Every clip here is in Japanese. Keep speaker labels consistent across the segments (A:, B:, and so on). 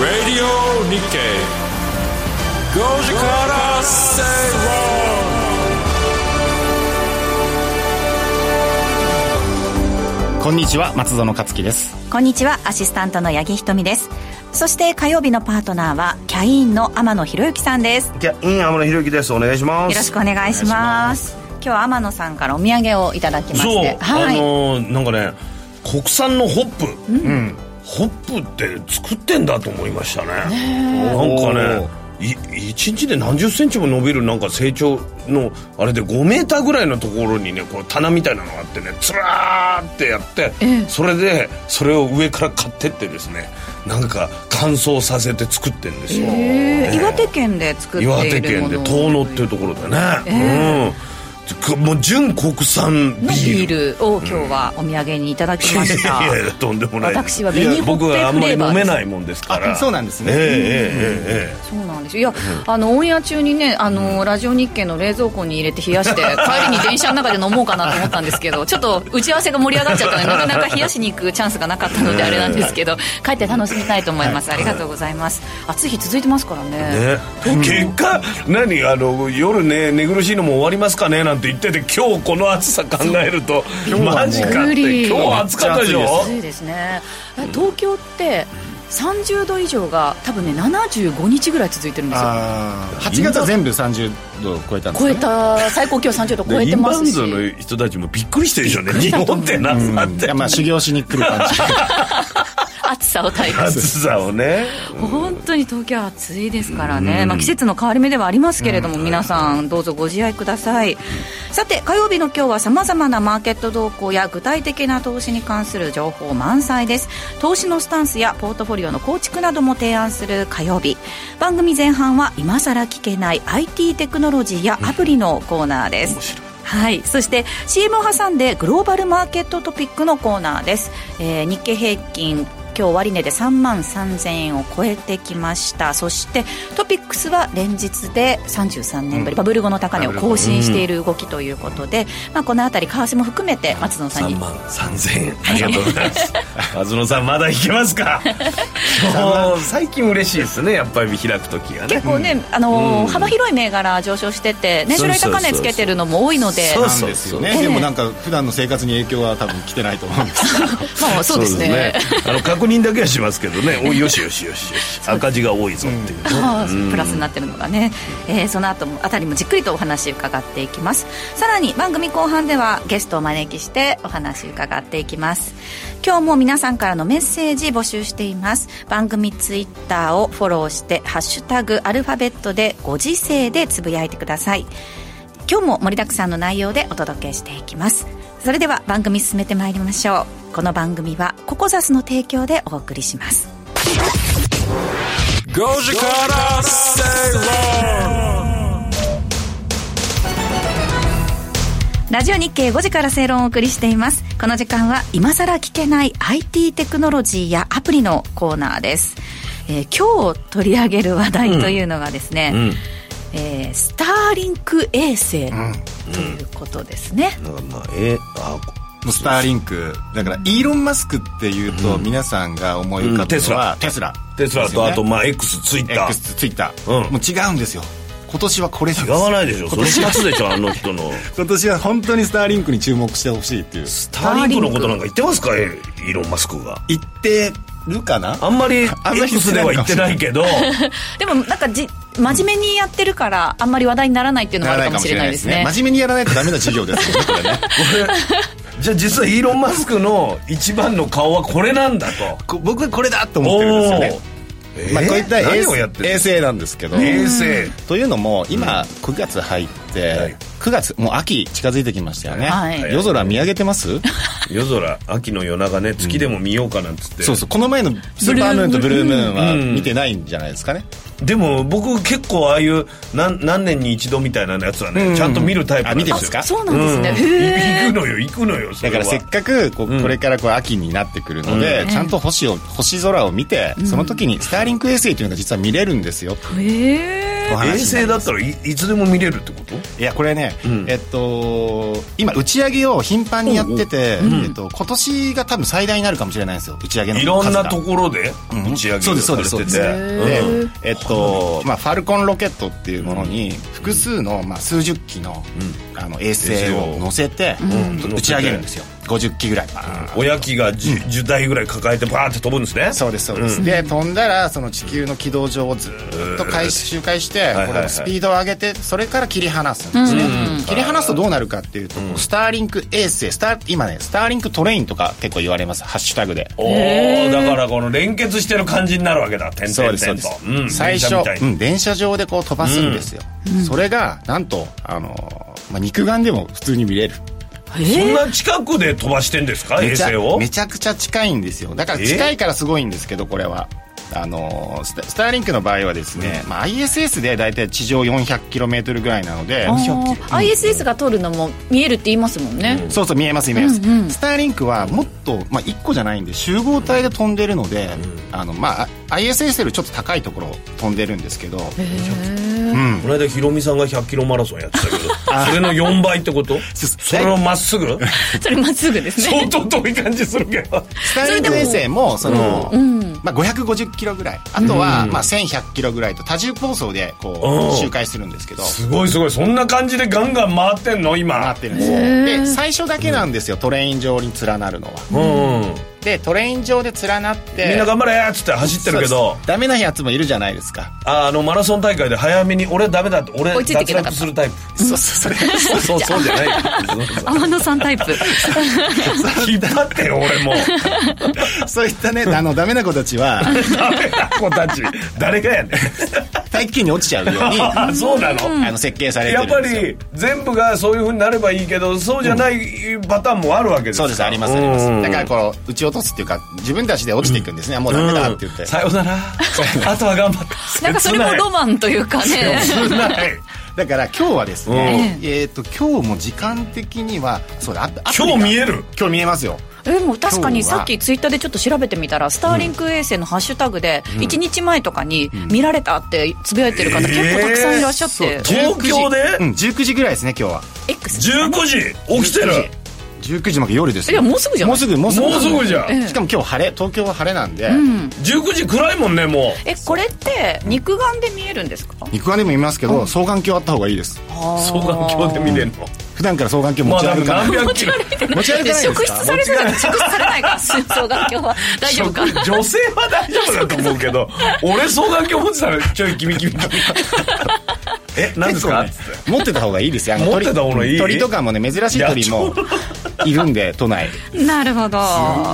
A: Radio Nikkei. Goji Kara Seirong.
B: こんにちは松園克樹です
C: こんにちは、アシスタントの八木ひとみです。そして火曜日のパートナーは、キャインの天野博之さんです。よ
D: キャイン天野ひろゆきですお願いします
C: ろしくお願いします。今日は天野さんからお土産をいただきまし
D: そう
C: て、、はい、
D: あのーなんかね国産のホップ、うんホップって作ってんだと思いましたねなんかねい一日で何十センチも伸びるなんか成長のあれで5メーターぐらいのところにねこう棚みたいなのがあってねつらーってやって、それでそれを上から買ってってですねなんか乾燥させて作ってんですよ、
C: えー岩手県で作っているも
D: 岩
C: の
D: 手県で遠野っていうところでね、うんもう純国産ビ
C: の
D: ー
C: ビ
D: ル
C: ールを今日はお土産にいただきました。
D: いやいやとんでもないで
C: 私
D: す
C: は紅ほっぺ
D: いや僕はあんまり
C: フレーバー
D: 飲
C: です
D: めないもんですから
B: あそうなんですね
D: えええええ
C: そうなんですよいや、あのオンエア中にねあの、ラジオ日経の冷蔵庫に入れて冷 やして帰りに電車の中で飲もうかなと思ったんですけどちょっと打ち合わせが盛り上がっちゃったの でなかなか冷やしに行くチャンスがなかったのであれなんですけど帰って楽しみたいと思います、ありがとうございます暑い日続いてますからね
D: ええね結果何あの夜ね寝苦しいのも終わりますかねなんて言ってて今日この暑さ考えると
B: う
D: マジかっ
C: びっく
D: て
C: り
D: 今日暑かったでしょ
C: 暑いですねえ東京って30度以上が多分ね75日ぐらい続いてるんですよ
B: ああ8月は全部30度超えたんですか
C: 超え
B: ね
C: た最高気温30度超え
D: イ
C: て
D: ン
C: ま
D: バウ
C: す
D: ン
C: し
D: ドの人たちもびっくりしてるでしょうね日本ってな
B: うん
D: さっ
B: い
D: て
B: やまあ修行しに来る感じ
C: 暑さを体感
D: 暑さをね
C: 本当に東京は暑いですからね、まあ、季節の変わり目ではありますけれども、皆さんどうぞご自愛ください、さて火曜日の今日はさまざまなマーケット動向や具体的な投資に関する情報満載です投資のスタンスやポートフォリオの構築なども提案する火曜日番組前半は今さら聞けない IT テクノロジーやアプリのコーナーです、はい、そして CM を挟んでグローバルマーケットトピックのコーナーです、えー日経平均今日終値で3万3000円を超えてきましたそしてトピックスは連日で33年ぶり、バブル後の高値を更新している動きということで、まあ、この辺り為替も含めて松野さんに
D: 3万3000円ありがとうござい ます松野さんまだいけます かもう最近嬉しいですねやっぱり開く時がね
C: 結構ね、あのー幅広い銘柄上昇してて年初来高値つけてるのも多いので
D: そう
B: なんですよねでもなんか普段の生活に影響は多分来てないと思うんです
C: まあそうですね
D: そうですねあの確認だけはしますけどねおいよしよしよしよし赤字が多いぞっていう、
C: あープラスになってるのがね、えーその後もあたりもじっくりとお話伺っていきますさらに番組後半ではゲストをお招きしてお話伺っていきます今日も皆さんからのメッセージ募集しています番組ツイッターをフォローして「ハッシュタグアルファベット」でご時世でつぶやいてください今日も盛りだくさんの内容でお届けしていきますそれでは番組進めてまいりましょうこの番組はココザスの提供でお送りします
A: Goji Kara Seirong.
C: ラジオ日経5時から正論をお送りしています。この時間は今さら聞けない IT テクノロジーやアプリのコーナーです。えー今日取り上げる話題というのがですね、えースターリンク衛星ということですね。
D: なんかまあえあ
B: もうスターリンクだからイーロン・マスクっていうと皆さんが思い浮かぶの
D: う
B: は
D: ん
B: テスラ
D: テスラ
B: ですよ
D: と
B: ね
D: あとまあ X ツイッター
B: X ツイッター
D: うん
B: もう違うんですよ今年はこれなんです
D: 違
B: よ
D: わないでしょその2つで しょあの人の
B: 今年は本当にスターリンクに注目してほしいっていう
D: スターリンクのことなんか言ってますかえイーロン・マスクが
B: 言ってるかな
D: あんまり
B: あんまり言って
D: X
B: な
D: で
B: い
D: は
B: の
D: 言
B: か
D: ってないけど
C: でもなんかじ真面目にやってるからあんまり話題にならないっていうのもあるかもしれないですね。
B: 真面目にやらないとダメな授業ですよねこれね
D: じゃあ実はイーロン・マスクの一番の顔はこれなんだと
B: こ僕はこれだと思ってるんですよね
D: おー
B: まあ、
D: えー
B: こういった衛
D: 何を
B: 星
D: やってる
B: 衛星なんですけど
D: 衛星
B: というのも今9月入って、
D: はい
B: 9月もう秋近づいてきましたよね、
C: はい
B: 夜空見上げてます
D: 夜空秋の夜長ね月でも見ようかなんつって、
B: そうそうこの前のスーパームーンとブルームーンは見てないんじゃないですかね、
D: でも僕結構ああいう何何年に一度みたいなやつはね、ちゃんと見るタイプなんですよ
B: あ見てますか
C: そうなんですね。
D: うん
C: へー
D: 行くのよ行くのよそ
B: だ
D: れ
B: か
D: は
B: らせっかくこ,、うこれからこう秋になってくるので、ちゃんと星を星空を見て、その時にスターリンク衛星というのが実は見れるんですよ、
C: へ
B: お
D: 衛
B: 話にな
D: 星
B: り
D: だ
B: ま
D: っ
B: す
D: たらいいつでも見れるってこと
B: いやこれね、
D: ん
B: えっと今打ち上げを頻繁にやってて、えっと、今年が多分最大になるかもしれないんですよ打ち上げの
D: い
B: 数
D: ろん
B: が
D: なところで打ち上げ
B: そう
D: が
B: ですそ
D: さ
B: う
D: れ
B: ですそう
D: て
B: で
D: て
B: す
D: う
B: で
D: ん
B: えっとまあ、ファルコンロケットっていうものに複数の、まあ、数十機の,、あの衛星を乗せて、打ち上げるんですよ50機ぐらいバーン
D: 親機が 10, 10台ぐらい抱えてバーって飛ぶんですね
B: そうですそうです、で飛んだらその地球の軌道上をずーっと回周回して
D: はいはい
B: これをスピードを上げてそれから切り離すんですね、切り離すとどうなるかっていうと、スターリンク衛星スター今ねスターリンクトレインとか結構言われますハッシュタグで
D: おおだからこの連結してる感じになるわけだ点
B: そうで
D: 々
B: すそう
D: 点
B: で
D: と
B: す、
D: うん
B: 最初、
D: 電車みた
B: う
D: いに
B: ん電車上でこう飛ばすんですよ、それがなんとあのー、まあ、肉眼でも普通に見れる
D: そん
E: え
D: な近くで飛ばしてんですか衛
B: めちゃ
D: 星を
B: めちゃくちゃ近いんですよだから近いからすごいんですけどこれはあのースタスターリンクの場合はですね、まあ、ISS で大体地上 400km ぐらいなので、
C: あー ISS が通るのも見えるって言いますもんね、
B: そうそう見えます見えます、スターリンクはもっと、まあ、1個じゃないんで集合体で飛んでるので、あのまあ、ISS よりちょっと高いところを飛んでるんですけど、うん、
D: この間ヒロミさんが100キロマラソンやってたけどそれの4倍ってこと
B: す
D: それをまっすぐ
C: それまっすぐですね
D: 相当遠い感じするけど
B: スターリンク衛星もその、まあ、550キロぐらいあとは、まあ、1100キロぐらいと多重構想でこ
D: うん
B: う周回するんですけど
D: すごいすごいそんな感じでガンガン回ってんの今
B: なってるんですよで最初だけなんですよトレイン上に連なるのは
D: うんうん
B: でトレイン上で連なって
D: みんな頑張れーっつって走ってるけ
B: そう
D: ど
B: ですダメなやつもいるじゃないです か
D: ああのマラソン大会で早めに俺ダメだって俺
C: 追いついてい
D: 脱
C: けなか
D: 落
C: った
D: するタイプ
B: そうそうそれ
D: そうそうそうじゃないそうそう
E: 天野さんタ イプ
D: 引っ張ってよ俺も
B: そういったねあのダメな子たち は
D: ダメな子たち誰がやねん
B: 大気球に落ちちゃうように
D: ああ そうなの
B: あの設計されて
D: や
B: る
D: っ
B: んです
D: ぱ
B: よ
D: り全部がそういうふうになればいいけどそうじゃないパターンもあるわけです
B: そ
D: か
B: うですありますありま
D: うん
B: すだからこう打ち落とすっていうか自分たちで落ちていくんですね、あもうダメだって言って、
D: さよならあとは頑張って
E: なんかそれもロマンというかね
D: 切ない
B: だから今日はですね、えっ、と今日も時間的にはそうだあアプリが
D: 今日見える
B: 今日見えますよ
E: えもう確かにさっきツイッターでちょっと調べてみたらスターリンク衛星のハッシュタグで1日前とかに見られたってつぶやいてる方結構たくさんいらっしゃって、
D: 東京で
B: うん、19時ぐらいですね今日は
E: X
D: 19時起きてる
B: 19時19時まで夜です
E: いやもうすぐじゃん
B: もうすぐもうすぐ
D: もうすぐじゃん
B: しかも今日晴れ東京は晴れなんで、
D: 19時暗いもんねもう
E: えこれって肉眼で見えるんですか
B: 肉眼でも見ますけど、双眼鏡あった方がいいです
D: 双眼鏡で見れるの
B: 普段から双眼鏡持
D: まあ
B: ち
D: で
B: 歩
D: も
B: かない、
D: 何百キロ
B: 持ち歩かないです
E: 職質
B: か
E: されそうじゃない職質されないから双眼鏡は大丈夫 か
D: 女性は大丈夫だと思うけど俺双眼鏡持ってたらちょい君君君 え何ですか、
B: 結構ね持ってた方がいいですよあの
D: 持ってた方がいい
B: 鳥鳥とかもね珍しい鳥もいるんで都内
E: なるほど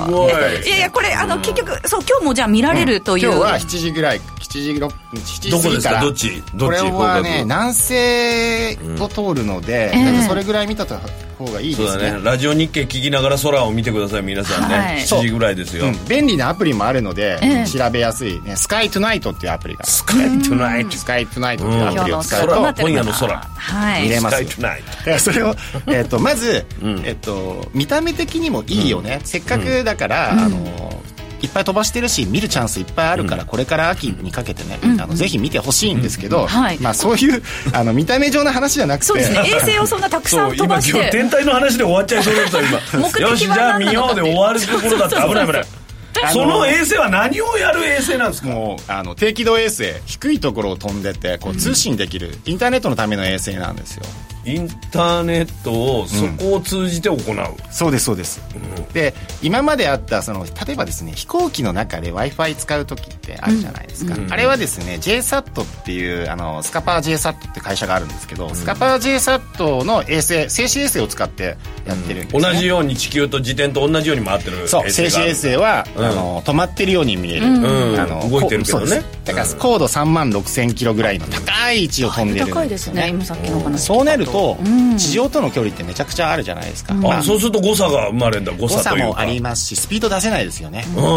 D: すごい
E: いやいやこれあの結局そう今日もじゃあ見られるという、
B: 今日は7時ぐらい7時6 7時
D: どこ
B: 過
D: で
B: ぎ
D: す
B: から
D: かどっちど
B: こ
D: っ
B: れ
D: ち
B: は
D: 方
B: ね
D: 角
B: 南西を通るので、なんかそれぐらい見た方がいい
D: そ
B: で
D: う
B: す
D: だ
B: ね
D: ねラジオ日経聞きながら空を見てください皆さんね、
E: はい
D: 7時ぐらいですよ、
B: うん便利なアプリもあるので、調べやすい、ね、スカイトゥナイトっていうアプリがス
D: スカイトゥナイト
B: カイトゥナイトっていうア
E: 今
B: プ
E: 日
B: リを
E: の
B: 使
E: 空
B: うと、
E: どうなってるかな
D: 今夜の空
E: はい
B: 見れ
D: ス
B: ます
D: カイトゥナイト
B: だからそれを、えっとまず、えっと見た目的にもいいよね、せっかくだから、あのいっぱい飛ばしてるし見るチャンスいっぱいあるから、これから秋にかけてね、あのぜひ見てほしいんですけど、
E: はい
B: まあ、そういうあの見た目上の話じゃなくて
E: そうですね衛星をそんなたくさ
D: そ
E: ん
D: う
E: 飛
D: 今今
E: ばし
D: 日
E: て
D: 天体の話で終わっちゃいそうだった
E: 目的
D: 今
E: は
D: よしじゃあ
E: 何
D: 見
E: なの
D: よ
E: か
D: うで終わるところだった危ない危ないその衛星は何をやる衛星なんです か
B: もうあの低軌道衛星低いところを飛んでてこう通信できる、インターネットのための衛星なんですよ
D: インターネットをそこを通じて行う、
B: そうですそうです、で今まであったその例えばですね飛行機の中で w i f i 使う時ってあるじゃないですか、あれはですね JSAT っていうあのスカパー JSAT って会社があるんですけど、スカパー JSAT の衛星静止衛星を使ってやってるんです、ね
D: 同じように地球と自転と同じように回ってる衛星
B: そう静止衛
D: が
B: 星は、あの止まってるように見える、
D: ん
B: あの
D: 動いてるけど
B: こ
D: ね
B: うそうですだから高度3万6000キロぐらいの高い位置を飛んでるん
E: 高いですね今さっきのお話
B: そうなると地上との距離ってめちゃくちゃあるじゃないですか、
D: ある
B: まあ
D: そうすると誤差が生まれるんだ誤
B: 誤
D: 差
B: 差
D: という
B: も
D: か
B: ありますしスピード出せないですよね,、
D: うんうんうんう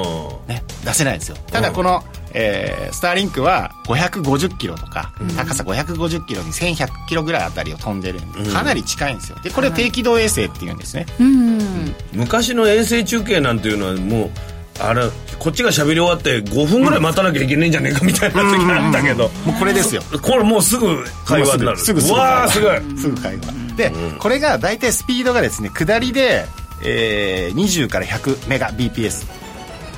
D: ん
B: ね出せないですよただこの、えースターリンクは550キロとか、高さ550キロに1100キロぐらいあたりを飛んでるんで、かなり近いんですよでこれを低軌道衛星っていうんですね、
E: うん
D: 昔の衛星中継なんていうのはもうあれこっちが喋り終わって5分ぐらい待たなきゃいけないんじゃねえかみたいな時あったけど、
B: もうこれですよ
D: これもうすぐ会話になる
B: すぐすぐ
D: うわあすごい
B: すぐ会話で、これが大体スピードがですね下りで、えー20から100メガ BPS、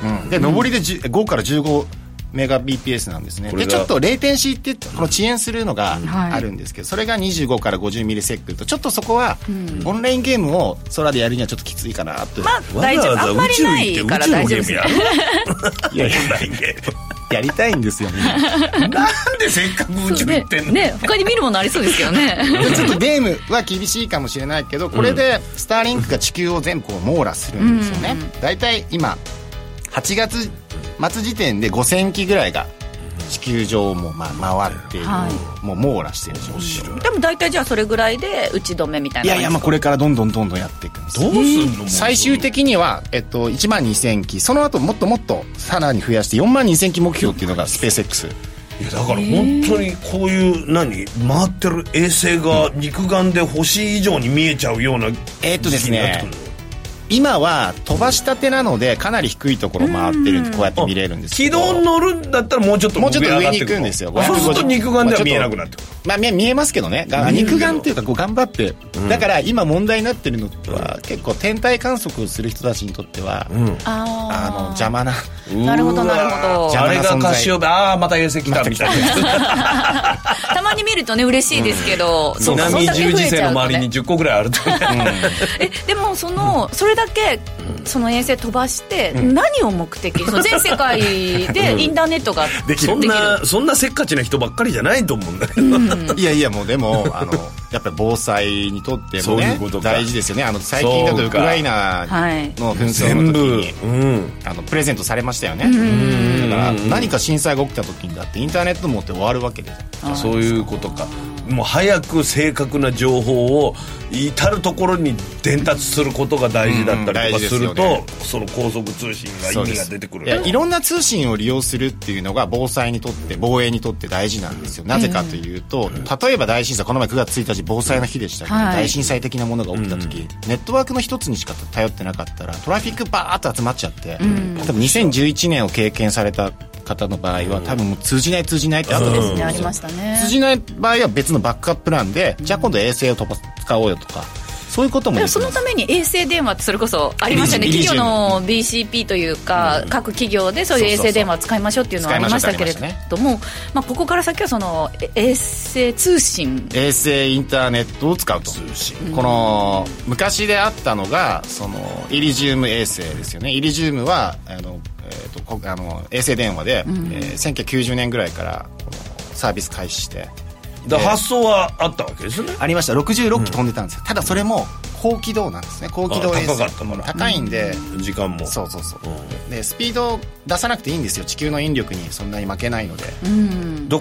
B: うん、で上りで10 5から15メガ BPS なんですね
D: これ
B: で
D: が
B: ちょっとレーテンシーってこの遅延するのが
C: はい
B: あるんですけど、それが25から50ミリセックルとちょっとそこは、オンラインゲームを空でやるにはちょっときついかなと、
D: わ
C: 大丈
D: ざ
C: 夫
D: わざ
C: あん
D: 宇
C: まり
D: 宙
C: な
D: 行
C: い
D: っ
C: から
D: て宇宙の
C: 大
D: ゲ
C: 丈夫で
D: ーム
C: す
D: や
C: ね
D: る
B: いやいや
D: オンラインゲーム
B: やりたいんです よみんな
D: なんでせっかく宇宙行ってんの、
F: ね他に見るものありそうですけどね
B: ちょっとゲームは厳しいかもしれないけどこれでスターリンクが地球を全部こう網羅するんですよね、大体今8月末時点で5000機ぐらいが地球上をもうまあ回っている、
C: は
B: もう網羅してる状況
C: でも大体じゃあそれぐらいで打ち止めみたい
B: い
C: な
B: や
C: 感
B: い
C: じ
B: やまあこれからどんどんどんどんやっていくんです
D: どうすんの、もう
B: 最終的には、えっと、1万2000機その後もっともっとさらに増やして4万2000機目標っていうのがスペース X
D: いやだから本当にこういう何回ってる衛星が肉眼で星以上に見えちゃうような
B: えーっとです
D: 時期になっ
B: ね
D: てくる
B: 今は飛ばしたてなのでかなり低いところ回ってるんでこうやって見れるんですけ
D: 軌
B: ど
D: 道に乗るんだったらもうちょっと
B: もうちょっと上に行
D: 上
B: くんで
D: がって
B: す
D: く
B: よ
D: るそうすると肉眼では見えなくなってくる、
B: まあ、見え見えますけどねが肉眼っていうかこう頑張って、だから今問題になってるのは結構天体観測をする人たちにとっては、あの邪魔な
C: なるほどなるほ
B: じゃ
C: ど
B: あ
D: あれがカシオペああまた衛星来たみたいな
C: たまに見るとね嬉しいですけど、そうか
D: 南十字
C: そんだ
D: 星の周り
C: け増えちゃうとね
D: に10個ぐらいあると
C: えでもそのそれだけその衛星飛ばして何を目的にその全世界でインターネットができ
D: そん
C: る
D: なそんなせっかちな人ばっかりじゃないと思うんだけ ど、
B: いやいやもうでもあのやっぱり防災にとっても
D: そうい
B: ね
D: うことか
B: 大事ですよねあの最近だ
D: そ
B: と
D: うか
B: ウクライナ
C: はい
B: の紛争の時
D: 全部
B: に、
D: うん、
B: あのプレゼントされましたよねだから何か震災が起きた時にだってインターネット持って終わるわけです
D: そういうことかもう早く正確な情報を至る所に伝達することが大事だったりとかすると、
B: うんうん大事
D: その高速通信が
B: そう
D: 意
B: で
D: 味が
B: す
D: 出てくる
B: いやいろんな通信を利用するっていうのが防災にとって防衛にとって大事なんですよなぜかというと、例えば大震災この前9月1日防災の日でしたけど、
C: はい
B: 大震災的なものが起きた時、ネットワークの一つにしか頼ってなかったらトラフィックバーッと集まっちゃって、多分2011年を経験された方の場合は多分もう通じない通じないってあったと思うんですよ
F: ありましたね
B: 通じない場合は別のバックアッププランで、じゃあ今度衛星を飛ば使おうよとかそういうことも
C: で
B: で
C: も
B: き
C: その
B: ます
C: ために衛星電話ってそれこそありましたよね
B: イリ
C: 企
B: ジウ
C: 業
B: ム
C: の BCP というか、各企業でそういう衛星電話使いましょうっていうのはありましたけれど
B: 使いまし
C: も、まあ、ここから先はそのえ衛星通信
B: 衛星インターネットを使うとこの昔であったのがそのイリジウム衛星ですよねイリジウムはあの、えー、とこあの衛星電話で、えー1990年ぐらいからこのサービス開始して
D: だから発想はあったわけですね
B: ありました66機飛んでたんですよ、ただそれも高軌道なんですね高軌道衛
D: あ高
B: 星
D: かったから
B: 高いんで、
D: 時間も
B: そうそうそう、でスピードを出さなくていいんですよ地球の引力にそんなに負けないので、
D: だから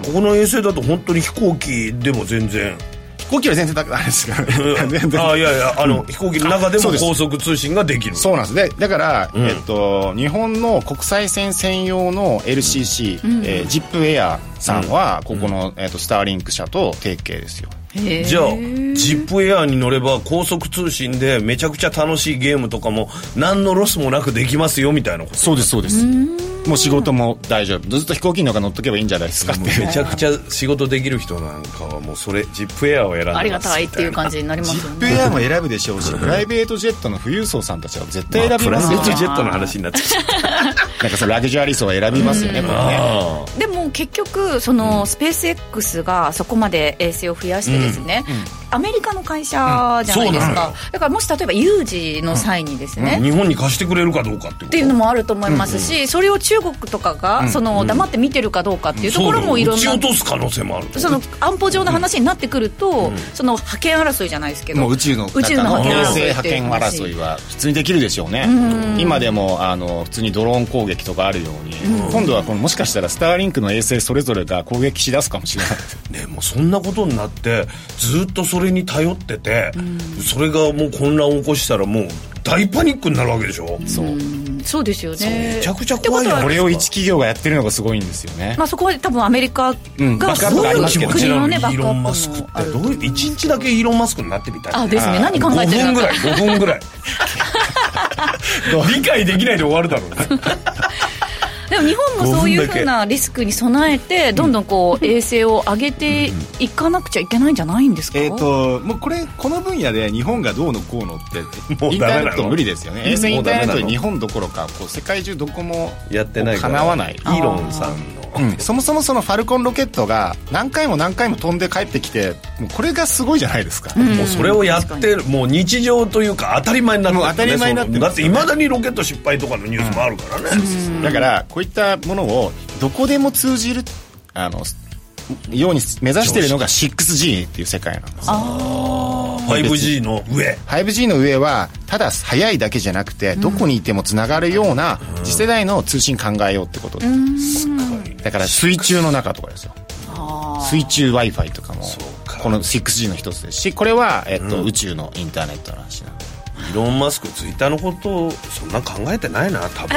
D: ここの衛星だと本当に飛行機でも全然
B: 飛行機より全然 高いあれですけどね 全然
D: あいやいやあの、飛行機の中で
B: あそ
D: も
B: うです
D: 高速通信ができる
B: そうなんですでだから、えっと、日本の国際線専用の LCC、えー、ジップエアさんは、ここの、えっと、スターリンク社と提携ですよ
D: じゃあジップエアに乗れば高速通信でめちゃくちゃ楽しいゲームとかも何のロスもなくできますよみたいなこと
B: そうですそうですもう仕事も大丈夫ずっと飛行機の中乗っとけばいいんじゃないですかって
D: めちゃくちゃ仕事できる人なんかはもうそれジップエアを選んでます
F: ありがたいっていう感じになります
B: ジ
F: よ
B: ップ
F: ね
B: エアも選ぶでしょうしプライベートジェットの富裕層さんたちは絶対
D: ま
B: 選
D: あ
B: び
D: プラ
B: ま
D: イ
B: す
D: ベ
B: よ、
D: ートジェットの話になってきた
B: なんかそのラグジュアリー層は選びますよねこれね
D: あ
C: でも結局そのスペース X がそこまで衛星を増やしてですね、アメリカの会社じゃないです
D: うんそうなの
C: か、
D: よ
C: だからもし例えば有事の際にですね、
D: あ日本に貸してくれるかどうかって
C: って
D: い
C: いうう
D: こ
C: のもあると思いますし、それを中国とかがその黙って見てるかどうかってい
D: と
C: うところもいろん
D: そうだ
C: な
D: 撃ち落とす可能性もある
C: その安保上の話になってくると、その覇権争いじゃないですけど、
B: もう宇宙の
C: 宇宙の覇権
B: 衛
C: 争
B: 星
C: いっ
B: 派
C: ていう
B: 遣
C: 話
B: 争いは普通にできるでしょうね今でもあの普通にドローン攻撃とかあるように今度はこのもしかしたらスターリンクの衛星それぞれが攻撃しだすかもしれない
D: ねもうそんなことになってずっとそれに頼ってて、それがもう混乱を起こしたらもう大パニックになるわけでしょそう
C: そうですよね。
D: めちゃくちゃ怖
C: っ
D: い
C: てことは
D: よ
B: これを一企業がやってるのがすごいんですよね
C: まあそこは多分アメリカ
B: んバ
C: が
B: ックア
C: す
B: ップ
C: ご
B: があります
D: 気
B: け
C: い
B: ど
D: 持
B: ね
D: ち
C: 国のね
D: なのにイ
C: バック
D: ー
C: ア
D: ロン・マ
C: ッ
D: ス
C: プ
D: クっ
C: もあ
D: て
C: る
D: どういう一日だけイーロン・マスクになってみたい
C: あ
D: な
C: ですね何考えてる
D: 5
C: の
D: 分ぐ
C: から
D: い5分ぐらい理解できないで終わるだろうね
C: でも日本もそういうふうなリスクに備えてどんどんこう衛星を上げていかなくちゃいけないんじゃないんですか、
B: えっ、ともうこれこの分野で日本がどうのこうのって
D: もう
B: インターネット無理ですよね衛星インターネ
D: もうダ
B: ット
D: メなの
B: 日本どころかこう世界中どこも
D: やってないから
B: 叶わない
D: イーロンさんの
B: うんそもそもそのファルコンロケットが何回も何回も飛んで帰ってきてもうこれがすごいじゃないですか、
D: もうそれをやってるもう日常というか当たり前になってる
B: も
D: ね
B: う当たり前になってる
D: そのだっていまだにロケット失敗とかのニュースもあるからね、
B: だからこういったものをどこでも通じるあのように目指しているのが 6G っていう世界なんですよ
D: 5G の上
B: 5G の上はただ速いだけじゃなくてどこにいてもつながるような次世代の通信考えようってことでだから水中の中とかですよ水中 w i f i とかもこの 6G の一つですしこれは、えっと宇宙のインターネットの話なんで
D: イーロン・マスクツイッターのことをそんな考えてないな 多分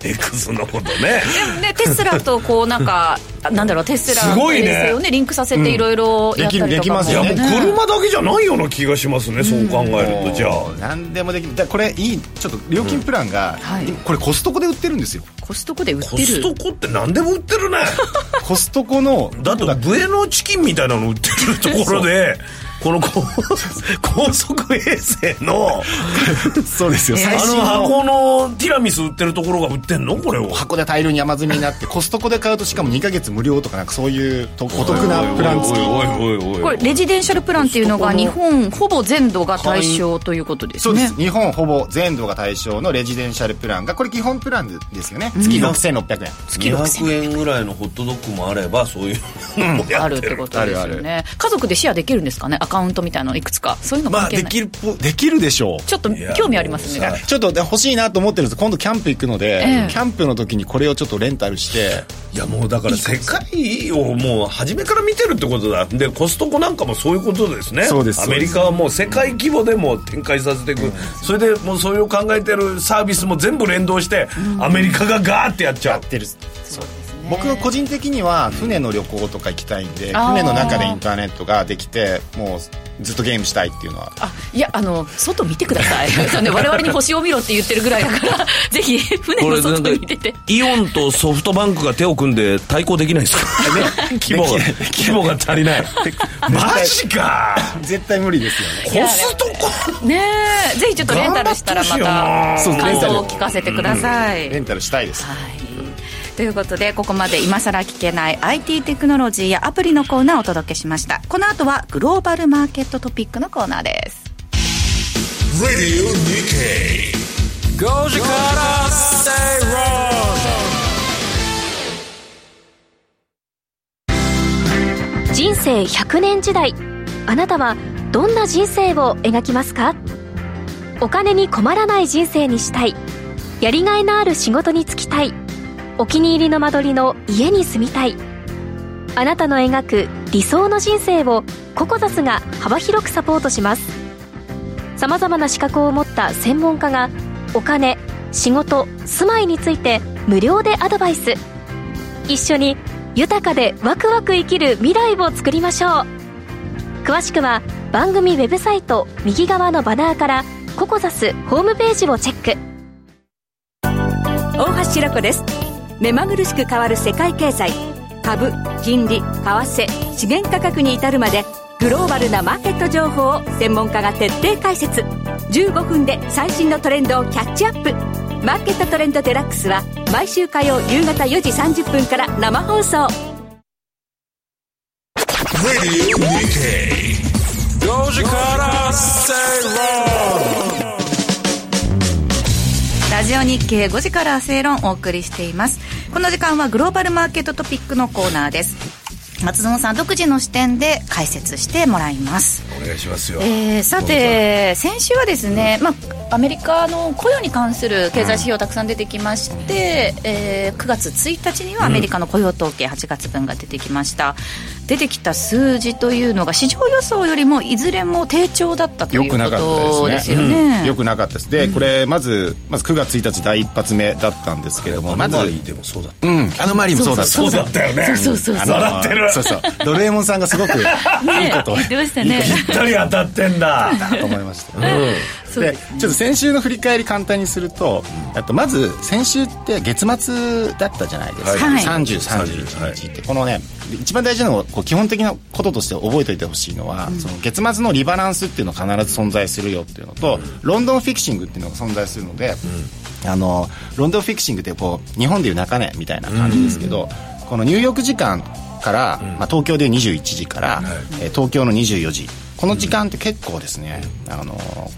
D: X のことね
C: でテスラとこうなん かあなんだろうテスラ
D: す
C: の
D: ごい
C: 衛
D: ね
C: 星をねリンクさせていろいろやったり
B: で
C: と
B: き
C: かも、
B: ます
D: いや
B: よ
D: もう
B: ね
D: 車だけじゃないような気がしますね、そう考えるとじゃあ
B: 何でもできるだからこれいいちょっと料金プランが、
E: はい
B: 今これコストコで売ってるんですよ
E: コストコで売って
D: コ
E: る
D: ストコって何でも売ってるね
B: コストコの
D: だってブエノチキンみたいなの売ってるところでこの高高速衛 星の
B: そうですよ
D: あ
B: 最新
D: の
B: の
D: 箱のティラミス売ってるところが売ってんのこれを
B: 箱で大量に山積みになってコストコで買うとしかも2ヶ月無料とかなんかそういうとお得なプラン付き
D: おいおいおいおい
C: これレジデンシャルプランっていうのが日本ほぼ全土が対象ということです
B: そうで
C: ね
B: す、日本ほぼ全土が対象のレジデンシャルプランがこれ基本プランですよね月6600円
D: 200円ぐらいのホットドッグもあればそういうのもや
C: あ
D: っ
C: るってて
D: る
C: ことです
B: ある
C: よ
B: あ
C: ね家族でシェアできるんですかねアカウントみたいなのいくつかそういうの
D: ま
C: 関
D: あ
C: 係ない、
D: できるっぽ
B: できるでしょう
C: ちょっと興味あります
D: い
C: ね
D: やもう
B: ちょっとで欲しいなと思ってるんです今度キャンプ行くので、
C: ええ
B: キャンプの時にこれをちょっとレンタルして
D: いやもうだから世界をもう初めから見てるってことだでコストコなんかもそういうことですね
B: そうです
D: アメリカはもう世界規模でもう展開させていく、それでもうそれを考えてるサービスも全部連動して、アメリカがガーってやっちゃう
B: 出る僕は個人的には船の旅行とか行きたいんで、
C: あー
B: 船の中でインターネットができてもうずっとゲームしたいっていうのは
C: あいやあの外見てください そう、ね、我々に星を見ろって言ってるぐらいだから ぜひ船の外見てて
D: イオンとソフトバンクが手を組んで対抗できないですか 規模が規模が足りないマジか
B: 絶対無理ですよね
D: コストコ
C: ねえぜひちょっとレンタルしたらま
D: 頑張ってほしいよ
C: た
B: な
C: 感想を聞かせてください、
B: レンタルしたいです
E: はいということでここまで今更聞けない IT テクノロジーやアプリのコーナーをお届けしましたこの後はグローバルマーケットトピックのコーナーです
A: Radio Nikkei. Goji Kara Stay Wrong.
G: 人生100年時代あなたはどんな人生を描きますかお金に困らない人生にしたいやりがいのある仕事に就きたいお気に入りの間取りの家に住みたいあなたの描く理想の人生をココザスが幅広くサポートしますさまざまな資格を持った専門家がお金仕事住まいについて無料でアドバイス一緒に豊かでワクワク生きる未来を作りましょう詳しくは番組ウェブサイト右側のバナーからココザスホームページをチェック
H: 大橋ロコです目まぐるしく変わる世界経済株金利為替資源価格に至るまでグローバルなマーケット情報を専門家が徹底解説15分で最新のトレンドをキャッチアップ「マーケットトレンドデラックスは毎週火曜夕方4時30分から生放送
A: Radio Nikkei. Goji Kara Stay Wrong.
E: ラジオ日経5時から正論をお送りしていますこの時間はグローバルマーケットトピックのコーナーです松園さん独自の視点で解説してもらいます
D: お願いしますよ
C: えーさて先週はですね、まあ、アメリカの雇用に関する経済指標たくさん出てきまして、えー9月1日にはアメリカの雇用統計8月分が出てきました、出てきた数字というのが市場予想よりもいずれも低調だったという
B: よくなかった
C: ことで
B: ですす
C: よ
B: ね
C: ね。
B: うんよくなかったですで、これまずまず9月1日第一発目だったんですけれどもまず
D: でもそうだった
B: うんあのマリーもそうだった
D: そうだったよね
C: そうそうそう
B: あ
C: そ
B: の
C: う。
D: 笑ってる
B: そうそうドラえもんさんがすご くいい
C: ね
B: ことを
C: 言ってましたね。
D: ぴったり当たってんだ
B: と思いました、でちょっと先週の振り返り簡単にすると、あとまず先週って月末だったじゃないですか、
C: はい
B: 3031日ってこのね一番大事なのはこう基本的なこととして覚えておいてほしいのは、その月末のリバランスっていうのは必ず存在するよっていうのと、ロンドンフィクシングっていうのが存在するので、あのロンドンフィクシングってこう日本でいう中根みたいな感じですけど、この入浴時間から、まあ、東京で21時から、えー東京の24時この時間って結構ですね、あの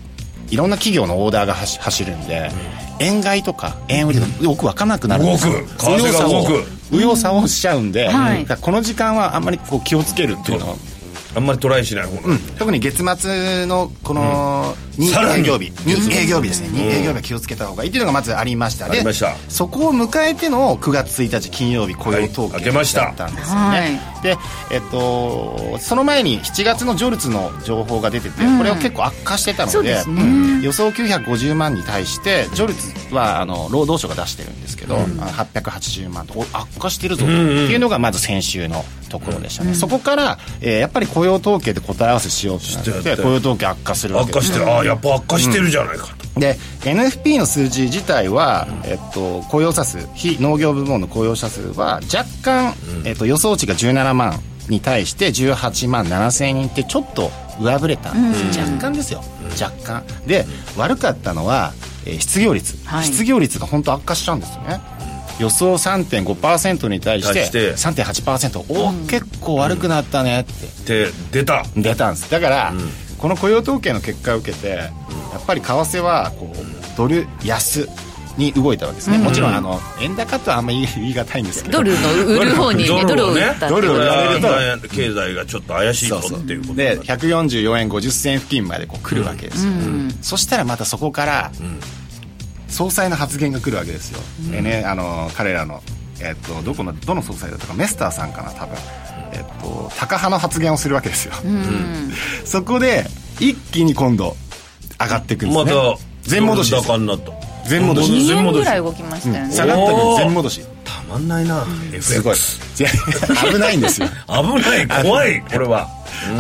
B: いろんな企業のオーダーが走走るんで、円買いとか円売りとかよく分かんなくなるんですよ
D: 動く為替が動
B: 右往左
D: く
B: 往右往左往しちゃうんで、
C: はい
B: だからこの時間はあんまりこう気をつけるっていうのは
D: あんまりトライしない方が
B: 特に月末のこの2
D: さらに
B: 営業日2営業日ですね2営業日は気をつけた方がいいっていうのがまずありました
D: あり
B: で
D: ました
B: そこを迎えての9月1日金曜日雇用統
D: はい明
B: 計
D: けました
B: だったんですよねでえっとその前に7月のジョルツの情報が出ててこれは結構悪化してたのでうん予想950万に対してジョルツはあの労働省が出してるんですけどあの880万とお悪化してるぞっていうのがまず先週のところでしたねそこからえーやっぱり雇用統計で答え合わせしようってなって
D: してやって
B: 雇用統計悪化するわ
D: 悪
B: けで
D: 化
B: す
D: してるああやっぱ悪化してるじゃないかと
B: で NFP の数字自体は、えっと、雇用者数非農業部門の雇用者数は若干、えっと、予想値が17万に対して18万7000人ってちょっと上振れたんです、若干ですよ、若干で悪かったのは、えー失業率、
C: はい
B: 失業率が本当悪化しちゃうんですよね予想3.5%に対して
D: 対して
B: 3.8%おお、結構悪くなったねって、
D: で出た
B: 出たんですだから、この雇用統計の結果を受けてやっぱり為替はこうドル安に動いたわけですね、もちろんあの円高とはあんまり言い難いんですけど
C: ドルの売る方にねドルを売ったって
B: ドルを
D: こ
B: 売
D: れ
B: られると
D: は経済がちょっと怪しいぞ
B: そうそう
D: っていうこと
B: で
D: だ
B: 144円50銭付近までこう来るわけですよ、そしたらまたそこから、総裁の発言が来るわけですよ、でねあの彼らの、えっとどこのどの総裁だったかメスターさんかな多分、えっと高派の発言をするわけですよ、 そこで一気に今度上がってくるんで
D: ます
B: ね、
D: た
B: 全戻しです
D: 高になった
B: 全戻し
C: 2
B: 全
C: 円
B: 戻
C: ぐ
B: し
C: らい動きましたよね。
B: 下がった分全戻した
D: まんないな
B: すごい
D: FX
B: 危ないんですよ
D: 危ない 怖いこれは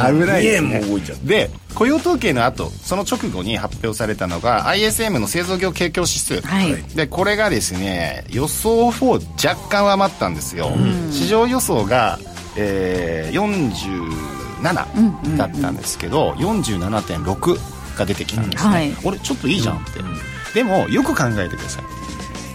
B: 危ないです
D: 2
B: ね
D: 円も動いちゃった
B: で雇用統計の後その直後に発表されたのが ISM の製造業景況指数、
C: はい
B: でこれがですね予想を若干上回ったんですよ、市場予想が、えー47だったんですけど、47.6が出てきたんですね、
C: はい
B: 俺ちょっといいじゃんって、でもよく考えてください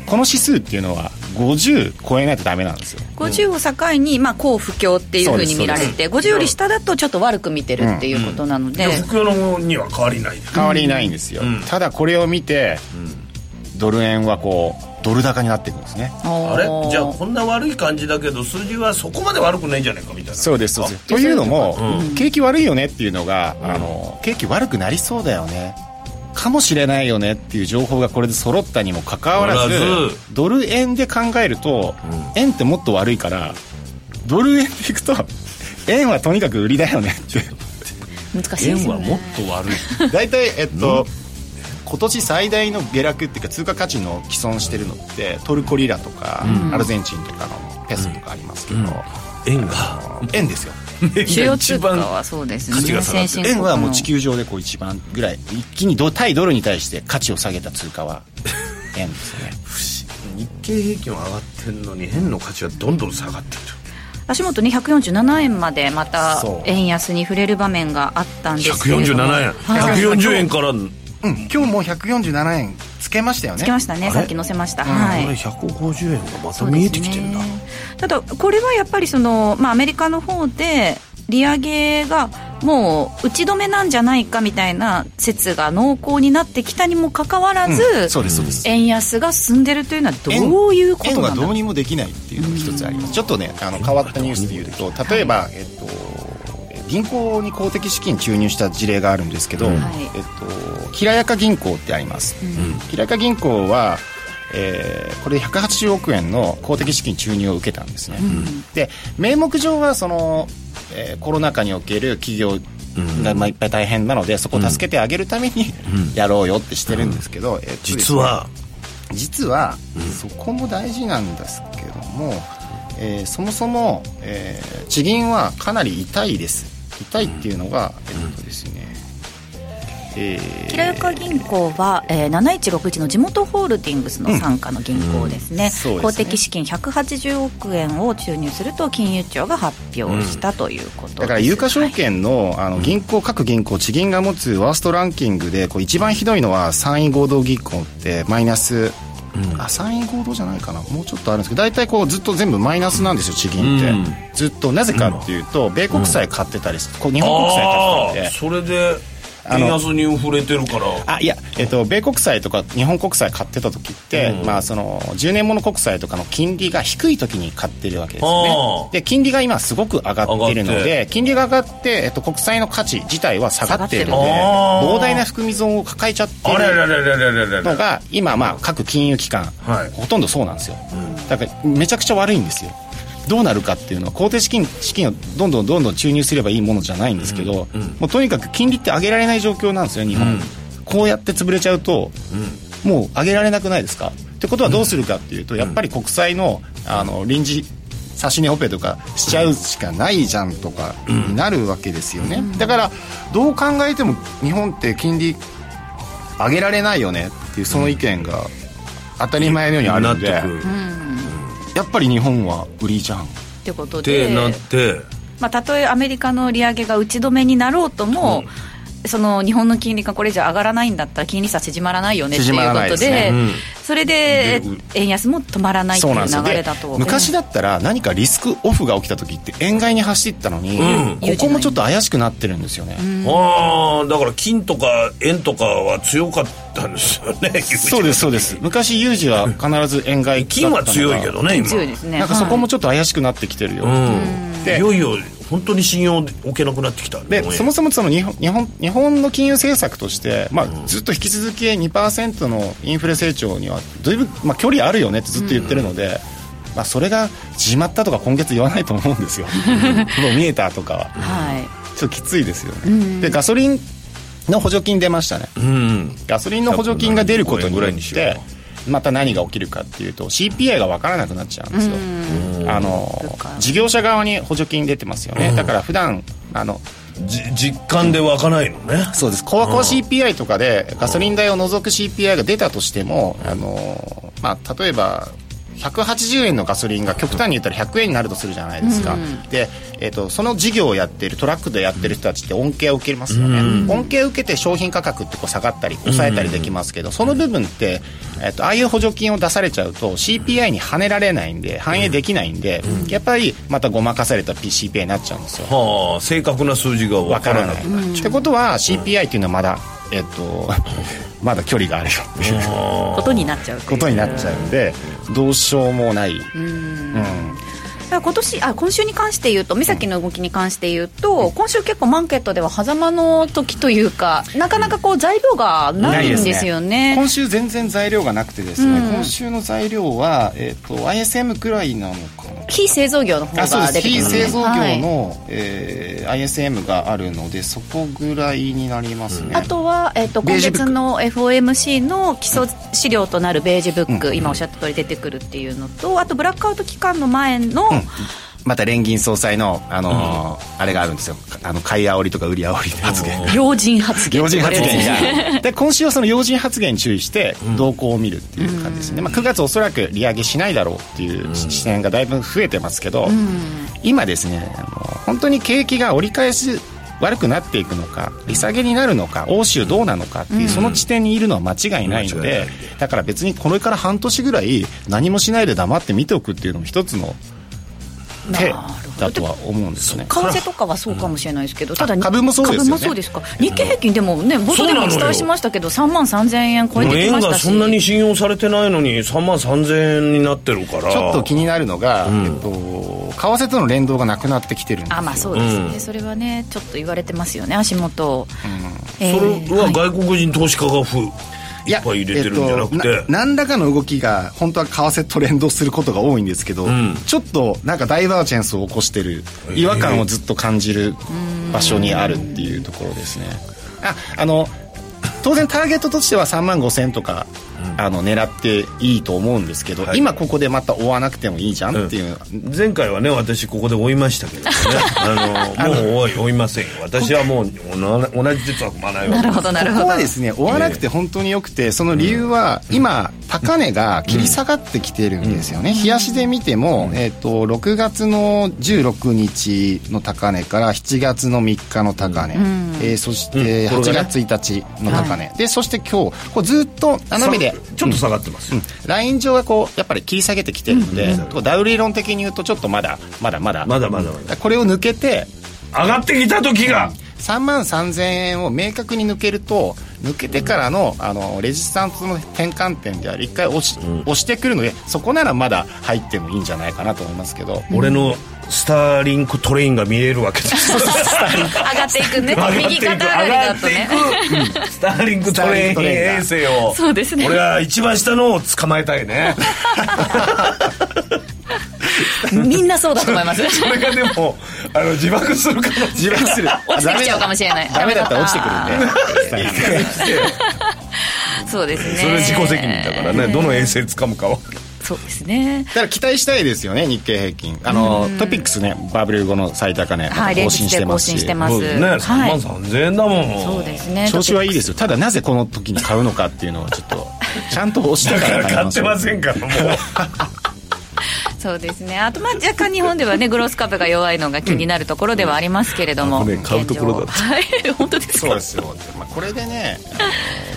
B: この指数っていうのは50超えないとダメなんですよ
C: 50を境に、まあ、好不況っていうふうに見られ
B: そうで
C: て50より下だとちょっと悪く見てるっていうことなので、
D: 僕のには変わりないです
B: 変わりないんですよ、ただこれを見て、ドル円はこうドル高になっていくんですね
D: あれじゃあ
C: おー
D: こんな悪い感じだけど数字はそこまで悪くないんじゃないかみたいな
B: そうですそうですというのも、景気悪いよねっていうのが、あの景気悪くなりそうだよねかもしれないよねっていう情報がこれで揃ったにもかかわらず
D: 変わらず
B: ドル円で考えると、円ってもっと悪いからドル円でいくと円はとにかく売りだよねって
C: 難しいで
D: 円
C: す
D: は
C: よ
D: も
C: ね
D: っと悪い
B: 大体えっと今年最大の下落っていうか通貨価値の既存してるのってトルコリラとか、アルゼンチンとかのペソとかありますけど、
D: 円が
B: 円ですよ
C: 主要通
D: 一
C: 貨
D: 番
C: はそうですね
D: 価値が下がって
C: 先
D: る
C: 進
B: 円
C: 国の
B: はもう地球上でこう一番ぐらい一気にド対ドルに対して価値を下げた通貨は円ですね
D: 日経平均は上がってんのに円の価値はどんどん下がってる
C: 足元に147円までまた
B: そう
C: 円安に触れる場面があったんですけれども
D: 147円
C: はい
D: 140円から
B: うん今日もう147円 つけましたよね
C: つけましたね
D: れ
C: さっき載せました、はい
D: これ150円がまた見えてきてんだ、
C: そうですねただこれはやっぱりその、まあ、アメリカの方で利上げがもう打ち止めなんじゃないかみたいな説が濃厚になってきたにもかかわらず、
B: そうですそうです
C: 円安が進んでるというのはどういうこと
B: 円は
C: なんだ
B: どうにもできないっていうのが一つありますちょっとねあの変わったニュースでいうと例えば、えっと銀行に公的資金注入した事例があるんですけど、
C: い
B: えっと、きらやか銀行ってあります、きらやか銀行は、えーこれ180億円の公的資金注入を受けたんですね、で名目上はその、えーコロナ禍における企業がまあいっぱい大変なのでそこを助けてあげるためにやろうよってしてるんですけど、えーっとですね
D: 実は
B: 実は、そこも大事なんですけども、えーそもそも、えー地銀はかなり痛いです痛いっていうのが、えっとですね、えー
C: きらやか銀行は、えー、7161の地元ホールディングスの傘下の銀行ですね,、
B: そうですね
C: 公的資金180億円を注入すると金融庁が発表したということです、
B: だから有価証券の,、あの銀行各銀行地銀が持つワーストランキングでこう一番ひどいのは山陰合同銀行ってマイナス、あ山陰合同じゃないかなもうちょっとあるんですけど大体こうずっと全部マイナスなんですよ地銀って、
D: うん
B: ずっとなぜかっていうと米国債買ってたりするこう日本国債買
D: あ
B: っ
D: あ
B: てたりして
D: それで
B: あ
D: 円
B: の
D: 安に触れてるから
B: あいや、えっと米国債とか日本国債買ってた時って、まあ、その10年物国債とかの金利が低い時に買ってるわけです
D: あ
B: ね
D: ー
B: で金利が今すごく上がってるの
D: 上が
B: で金利が上がって、えっと、国債の価値自体は下がってるので
D: 下がってる
B: 膨大な含み損を抱えちゃって
D: あれあれ
B: る
D: あれあれあれあれあ
B: の
D: れ
B: が今、まあ、各金融機関、
D: はい
B: ほとんどそうなんですよ、だからめちゃくちゃ悪いんですよどうなるかっていうのは公定資金資金をどんどんどんどん注入すればいいものじゃないんですけど、もうとにかく金利って上げられない状況なんですよ日本、こうやって潰れちゃうと、もう上げられなくないですかってことはどうするかっていうと、やっぱり国債のあの臨時差し値オペとかしちゃうしかないじゃんとかになるわけですよね、だからどう考えても日本って金利上げられないよねっていうその意見が当たり前のようにある
D: なっ
B: んで、
D: てくる
B: やっぱり日本は売りじゃん
C: ってこと
D: って
C: で
D: なって
C: まあ、たとえアメリカの利上げが打ち止めになろうとも、その日本の金利がこれ以上上がらないんだったら金利差縮まらないよねっていう
B: 縮
C: こ
B: まらないで
C: と
B: す
C: で
B: ね
C: それで円安も止まらないって
B: そ
C: い
B: ううなんですよ
C: 流れ
B: で
C: だと
B: 昔だったら何かリスクオフが起きた時って円買いに走ったのに、
D: うん
B: ここもちょっと怪しくなってるんですよね、
D: ああだから金とか円とかは強かったんで すよね
B: そうですそうです昔有事は必ず円買いだった
D: 金
B: の
D: は
B: が
D: 強いけどね今
C: 強いですね
B: なんかそこもちょっと怪しくなってきてるよ、
D: うん
B: で
D: いよいよ本当に信用置けなくなってきた
B: で
D: もうね
B: そもそもその日本日本日本の金融政策として、まあ、ずっと引き続き2%のインフレ成長にはずいぶん、まあ、距離あるよねってずっと言ってるので、まあ、それが縮まったとか今月言わないと思うんです よもう見えたとかは
C: はい
B: ちょっときついですよね、でガソリンの補助金出ましたね
D: うん
B: ガソリンの補助金が出ることによ
D: 100ぐらいに
B: っ
D: しよ
B: てまた何が起きるかっていうと CPI が分からなくなっちゃうんですよあの事業者側に補助金出てますよねだから普段あの
D: じ実感で湧かないのね
B: そうですコアコア CPI とかでガソリン代を除く CPI が出たとしても、あのまあ、例えば180円のガソリンが極端に言ったら100円になるとするじゃないですか、で、えっとその事業をやってるトラックでやってる人たちって恩恵を受けますよね、恩恵を受けて商品価格ってこう下がったり抑えたりできますけど、その部分って、えっとああいう補助金を出されちゃうと CPI に跳ねられないんで反映できないんで、やっぱりまたごまかされた CPI になっちゃうんですよ
D: はあ正確な数字が分
B: わ
D: か
B: からら
D: な
B: ないい、ってことは CPI っていうのはまだ、えっと、 まだ距離があるよっていう
C: ことになっちゃう
B: ことになっちゃうんでどうしようもない、
C: だから今年あ今週に関して言うと目先の動きに関して言うと、今週結構マーケットでは狭間の時というかなかなかこう材料がないんですよね
B: 今週全然材料がなくてですね、今週の材料は、えっと ISM くらいなのかな
C: 非製造業の方
B: あそう
C: が
B: で
C: 出
B: す非
C: てきますね
B: 製造業
C: はい
B: の、えー ISM があるのでそこぐらいになりますね、
C: あとは、えっと
B: ベ
C: 今
B: ージュブッ
C: 月
B: ク
C: の FOMC の基礎資料となるベージュブック、今おっしゃった通り出てくるっていうのとあとブラックアウト期間の前の、
B: また連銀総裁の、あのーあれがあるんですよあの買い煽りとか売り煽りって発言
C: 要人発言
B: 要人発言がで今週はその要人発言に注意して動向を見るっていう感じですね、まあ、9月おそらく利上げしないだろうっていう視点がだいぶ増えてますけど、今ですねあの本当に景気が折り返し悪くなっていくのか利下げになるのか欧州どうなのかっていうその地点にいるのは間違いないの
D: 間違いない
B: でだから別にこれから半年ぐらい何もしないで黙って見ておくっていうのも一つの手だとは思うんですね
C: 為替とかはそうかもしれないですけど、ただ
B: 株もそうですよね
C: 株もそうですか。日経平均でもね、冒頭でもお伝えしましたけど、3万3000円超えてき
D: 円
C: まし
D: が
C: たし。
D: そんなに信用されてないのに3万3000円になってるから
B: ちょっと気になるのが、えっと、為替との連動がなくなってきてるんですよ
C: あ、まあそうですね、それはね、ちょっと言われてますよね、足元を。え
D: それ
C: ー
D: は外国人投資家がふ、
B: いや
D: ぱい入れてるんじゃなくて
B: えっとな何らかの動きが本当は為替と連動することが多いんですけど、
D: ん
B: ちょっとなんかダイバージェンスを起こしてる違和感をずっと感じる場所にあるっていうところですねああの当然ターゲットとしては3万5000とか、あの狙っていいと思うんですけど、
D: い
B: 今ここでまた追わなくてもいいじゃんっていう、
D: 前回はね私ここで追いましたけどね あのもう追い追いませんよ私はもう同同じ哲学学ないわ
C: なる
D: けで
C: ほ
D: す
C: どな
B: こ
C: るほ
B: こ
C: ど
B: はですね追わなくて本当によくてその理由は今高値が切り下がってきてるんですよね冷やしで見てもえっと6月の16日の高値から7月の3日の高値えーそして
D: うんこ
B: 8
D: れがね
B: 月1日の高値でそして今日こうずっと斜めで
D: さちょっと下がってますよ、
B: ライン上がこうやっぱり切り下げてきてるのでこうダウ理論的に言うとちょっとまだまだまだ
D: まだまだまだ
B: これを抜けて
D: 上がってきた時が、
B: 3万3000円を明確に抜けると抜けてからのあのレジスタンスの転換点であり一回押し,、押してくるのでそこならまだ入ってもいいんじゃないかなと思いますけど、
D: 俺のスターリンクトレインが見れるわけです
C: 上がっていくね
D: 上がってい
C: 右
D: く上
C: 肩上がり
D: が
C: だ
D: っ
C: と
D: てい
C: ね
D: く、スターリンクトレイン衛星を
C: そうですね
D: 俺は一番下のを捕まえたいね
C: みんなそうだと思います
D: それがでもあの自爆する可能性
B: 自爆する
C: 落ちてきちゃうかもしれない
B: ダメだったら落ちてくるんで
C: そうですね
D: それ自己責任だからね、どの衛星掴むかは
C: そうですね
B: だから期待 したいですよね日経平均あのトピックスねバブル後の最高値
C: はい連
B: 更新
C: 日
B: し
C: で
B: てま
C: 更
B: す
C: 新し
B: して
C: ま
D: そ
C: す
D: うですね、3
C: は
D: 万
C: い
D: 3000円だもん
C: そうですね
B: 調子はいいですよただなぜこの時に買うのかっていうのをちょっとちゃんと押して
D: だ
B: か
D: からら
B: 買い
D: 買
B: ま
D: っ
B: す
D: てませんからもう
C: そうですねあとまあ若干日本ではねグロース株が弱いのが気になるところではありますけれども、
D: うんあこれ買うところだった
C: 現状はい 本当です
B: そう
C: か
B: ですよ、まあ、これでね、あの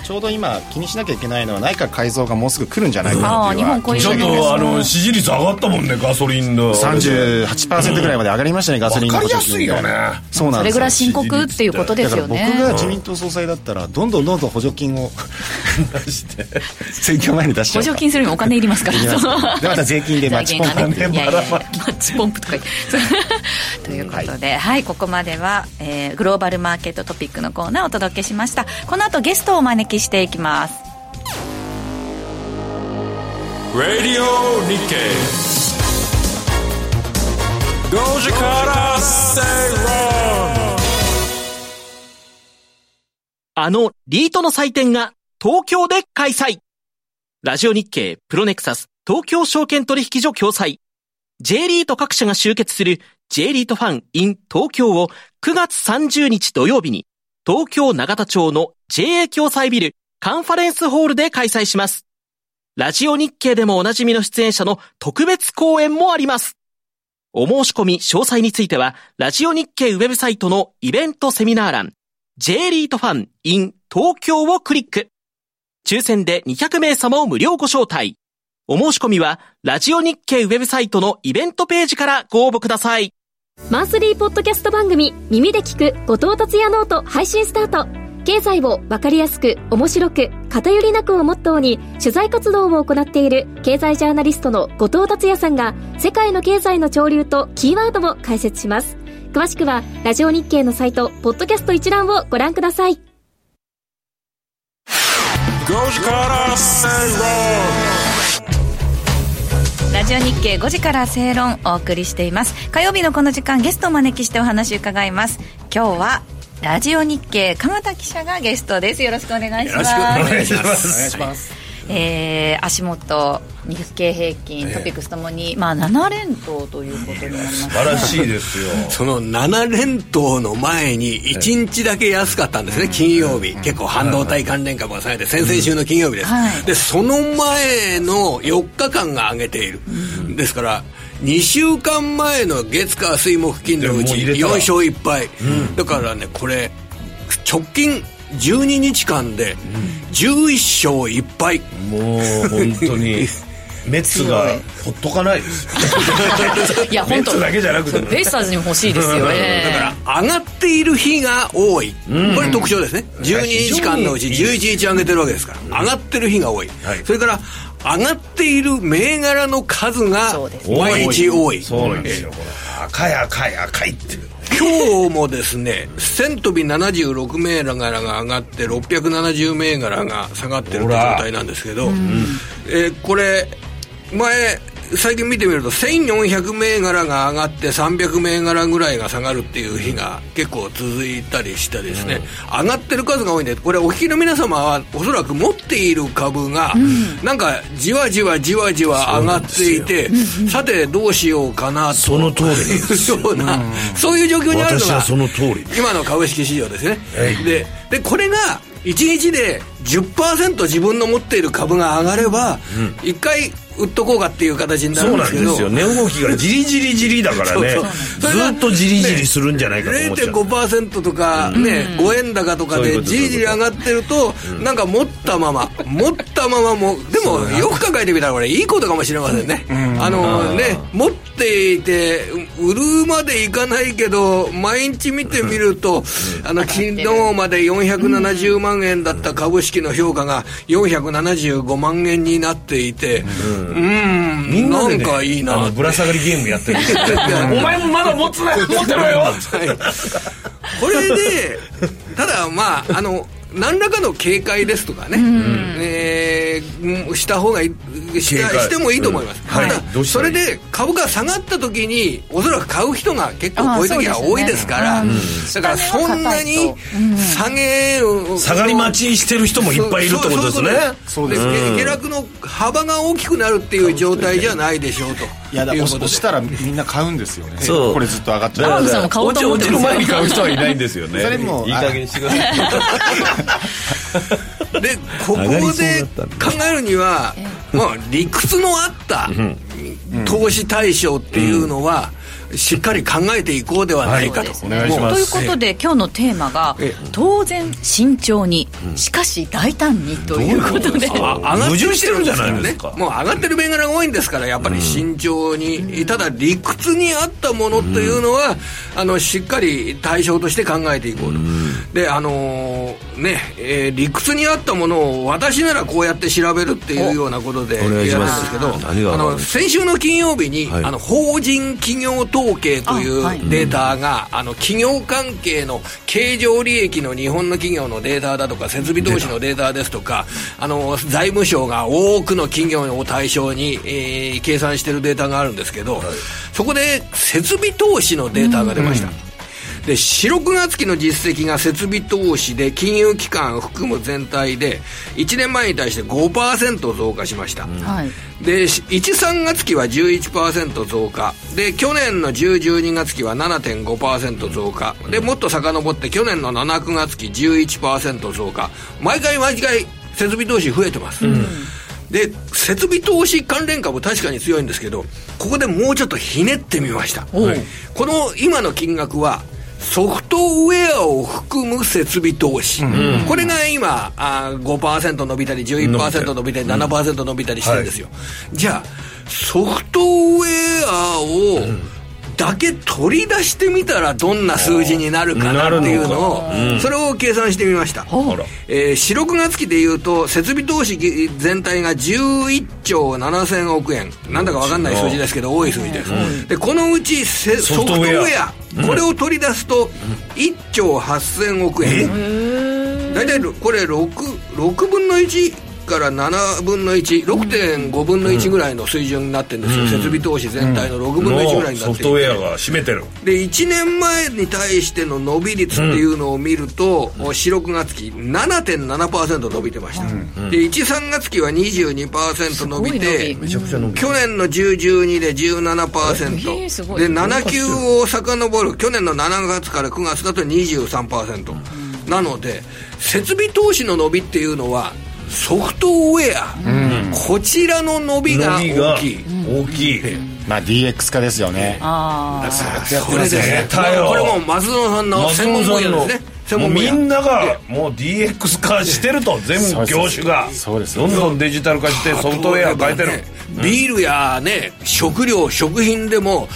B: ちょうど今、気にしなきゃいけないのは内閣改造がもうすぐ来るんじゃないかなっていう
C: ああ日本
D: ちょっ
C: こういう
D: と あの支持率上がったもんねガソリンの
B: 38%ぐらいまで上がりましたね、ガソリン
D: わ
B: の
D: かりやすいよね
B: そうな
C: そ
B: ん
C: れ
B: です
C: ぐ
B: よ
C: らい深刻っていうことですよね
B: だから僕が自民党総裁だったら、どんどんどんどん補助金を 出して、選挙前に出しちゃ
C: 補
B: うか
C: 助金するにもお金いりますから
B: いります でまた税金でマッチポンプ
C: っていういや
D: ね
C: いやいや
D: ば
C: マ
D: らま
C: ッチポンプとか言って そうということで、はい、ここまでは、えーグローバルマーケットトピックのコーナーをお届けしました。この後ゲストをお招きしていきます。
A: Radio Nikkei. Doja Cat, stay wrong.
I: あのリートの祭典が東京で開催ラジオ日経プロネクサス東京証券取引所共催 J リート各社が集結する J リートファン in 東京を9月30日土曜日に東京長田町の JA 共催ビルカンファレンスホールで開催します。ラジオ日経でもおなじみの出演者の特別講演もあります。お申し込み詳細については、ラジオ日経ウェブサイトのイベントセミナー欄、J リートファン in 東京をクリック。抽選で200名様を無料ご招待。お申し込みは、ラジオ日経ウェブサイトのイベントページからご応募ください。
G: マンスリーポッドキャスト番組「耳で聞く後藤達也ノート」配信スタート経済を分かりやすく面白く偏りなくをモットーに取材活動を行っている経済ジャーナリストの後藤達也さんが世界の経済の潮流とキーワードを解説します詳しくはラジオ日経のサイト「ポッドキャスト一覧」をご覧ください
A: Doja Cat, stay wrong.
C: ラジオ日経5時から正論お送りしています火曜日のこの時間ゲストをお招きしてお話を伺います今日はラジオ日経鎌田記者がゲストですよろしくお願いし
D: よ
C: ま
D: ろし
C: す
D: くお願いします
C: えー足元日経平均トピックスともに、まあ7連投ということになります
D: 素晴らしいですよ
J: その7連投の前に1日だけ安かったんですね、金曜日、結構半導体関連株が下げて、先々週の金曜日です、
C: はい
J: でその前の4日間が上げている、ですから、2週間前の月、火、水、木、金のうち
D: でもう入れた
J: 4
D: ら
J: 勝1敗、だからね、これ、直近12日間で11勝1敗。
D: もう本当に メッツがほっとかないですよ
C: いや
D: メ
C: 本
D: ッ
C: 当
D: ツだけじゃなくて
C: ベイスターズにも欲しいですよね
J: だから上がっている日が多い、これ特徴ですね、12日間のうち11日上げてるわけですから、上がってる日が多い、
D: はい
J: それから上がっている銘柄の数が
C: そうです
J: 毎日多い、
D: そうなんですよこれ赤い赤い赤いっていう
J: 今日もですね1000飛び76銘柄が上がって670銘柄が下がってるって状態なんですけど、えーこれ前最近見てみると1400銘柄が上がって300銘柄ぐらいが下がるっていう日が結構続いたりしてですね、上がってる数が多いんでこれお聞きの皆様はおそらく持っている株がなんかじわじわじわじわ上がっていて、さてどうしようかな と
D: その通りです
J: ような、そういう状況にあるの
D: 私
J: が
D: はその通り
J: 今の株式市場ですね、
D: えい
J: ででこれが1日で10%自分の持っている株が上がれば、一回売っとこうかっていう形にな
D: そ
J: る
D: うん
J: で
D: な
J: す
D: ん
J: け
D: で
J: ど
D: すよ値動きがじりじりじりだからね
J: そうそう
D: ずっとじりじりするんじゃないかと思っちゃう
J: 0.5%とか、ね5円高とか
D: そういう
J: で
D: こと
J: じりじり上がってると、なんか持った まま持ったままもでもよく考えてみたらこれいいことかもしれませんね、あのね持っていて売るまでいかないけど毎日見てみると、あの昨日まで470万円だった株式の評価が475万円になっていてうん
D: みんなで、
J: な
D: ね、
J: んかいい
D: あ
J: な
D: のぶら下がりゲームやってる
J: お前
D: もまだ持つな持ってろよ
J: これでただまああの何らかの警戒ですとかね、えーうんした方がいいした
D: 警戒
J: してもいいと思います、
D: うんはい
J: た
D: ど
J: だ
D: うした
J: そ
D: ら
J: れ
D: いい
J: で株が下がった時におそらく買う人が結構こういう時は多いですからだからそんなに下げを
D: 下がり待ちしてる人もいっぱいいるってことですね
J: そうですね下落の幅が大きくなるっていう状態じゃないでしょうと
B: いやだ
J: いう
B: 押
J: こ
B: し
J: とで
B: 押したらみんな買うんですよね
K: そう
B: これずっと上がっち
K: だか
B: ゃ
K: ら
B: う
K: ね
C: さんも買おうと思って
K: 落
C: る
K: ちる前に買う人はいないんですよね
B: それも
K: いい加減にしてください
J: でここ
K: 上がりそう
J: で
K: だったん
J: 考えるには、まあ、理屈のあった投資対象っていうのは、しっかり考えていこうではないかと、
C: そ
J: もう
D: 願いしま
C: という
D: す
C: ことで今日のテーマが「当然慎重にしかし大胆に」ということで
J: あ上がって
D: 矛
J: き
D: 盾してて
J: る
D: る
J: ん
D: ん
J: で
D: じ
J: す
D: ゃ
J: か
D: な
J: ら
D: いで
J: ね
D: すか
J: もう上がってる銘柄が多いんですからやっぱり慎重に、ただ理屈にあったものというのは、あのしっかり対象として考えていこうと、であのーね、えー理屈にあったものを私ならこうやって調べるっていうようなことでやるん
K: 願い
J: で
K: します
J: すけど
K: 何が
J: あ
K: わかるん
J: の
K: ですか
J: 先週の金曜日に、
K: はい
J: あの法人企業統計とい
C: あはいう
J: データが、あの企業関係の経常利益の日本の企業のデータだとか設備投資のデータですとかあの財務省が多くの企業を対象に、えー計算しているデータがあるんですけど、そこで設備投資のデータが出ました。で4、6月期の実績が設備投資で金融機関を含む全体で1年前に対して5%増加しました、
C: はい
J: で13月期は11%増加で去年の1012月期は7.5%増加でもっと遡って去年の79月期11%増加毎回毎回設備投資増えてます、で設備投資関連株確かに強いんですけどここでもうちょっとひねってみました、この今の金額はソフトウェアを含む設備投資、これが今あー5%伸びたり11%伸びたり7%伸びたりしてるんですよ、じゃあソフトウェアをだけ取り出してみたらどんな数字になるかなっていうのをそれを計算してみました、えー、4、6月期でいうと、設備投資全体が11兆7000億円、なんだか分かんない数字ですけど、多い数字です、でこのうちせ
D: ソ
J: ソフ
D: フ
J: ト
D: ト
J: ウ
D: ウ
J: ェ
D: ェ
J: ア
D: ア
J: これを取り出すと、1兆8000億円、大体これ6、6分の1から7分の1、6.5分の1ぐらいの水準になってるんですよ、設備投資全体の6分の1ぐらいになっていて
D: ソフトウェアが占めてる
J: で1年前に対しての伸び率っていうのを見ると、4、6月期7.7%伸びてました、で1、3月期は22%伸びて
C: すごい伸び
D: めちゃくちゃ伸びてる
J: 去年の10、12で17%、
C: えーすごい
J: で7級を遡る去年の7月から9月だと23%、なので設備投資の伸びっていうのはソフトウェア、こちらの伸びが
D: 伸びが
J: 大きい。
D: 大きい
B: まあ DX 化ですよね
C: あ
J: これですね
D: 出たよ
J: これも松園さんの
D: 松
J: 専
D: 本
J: 門分
D: さん
J: 野
D: の
J: ですね専
D: もう
J: 門分
D: み
J: 野
D: んながもう DX 化してると全部業種が
B: そうです
D: どんどんデジタル化してソフトウェア変えてる
J: ねビールやね食料食品でも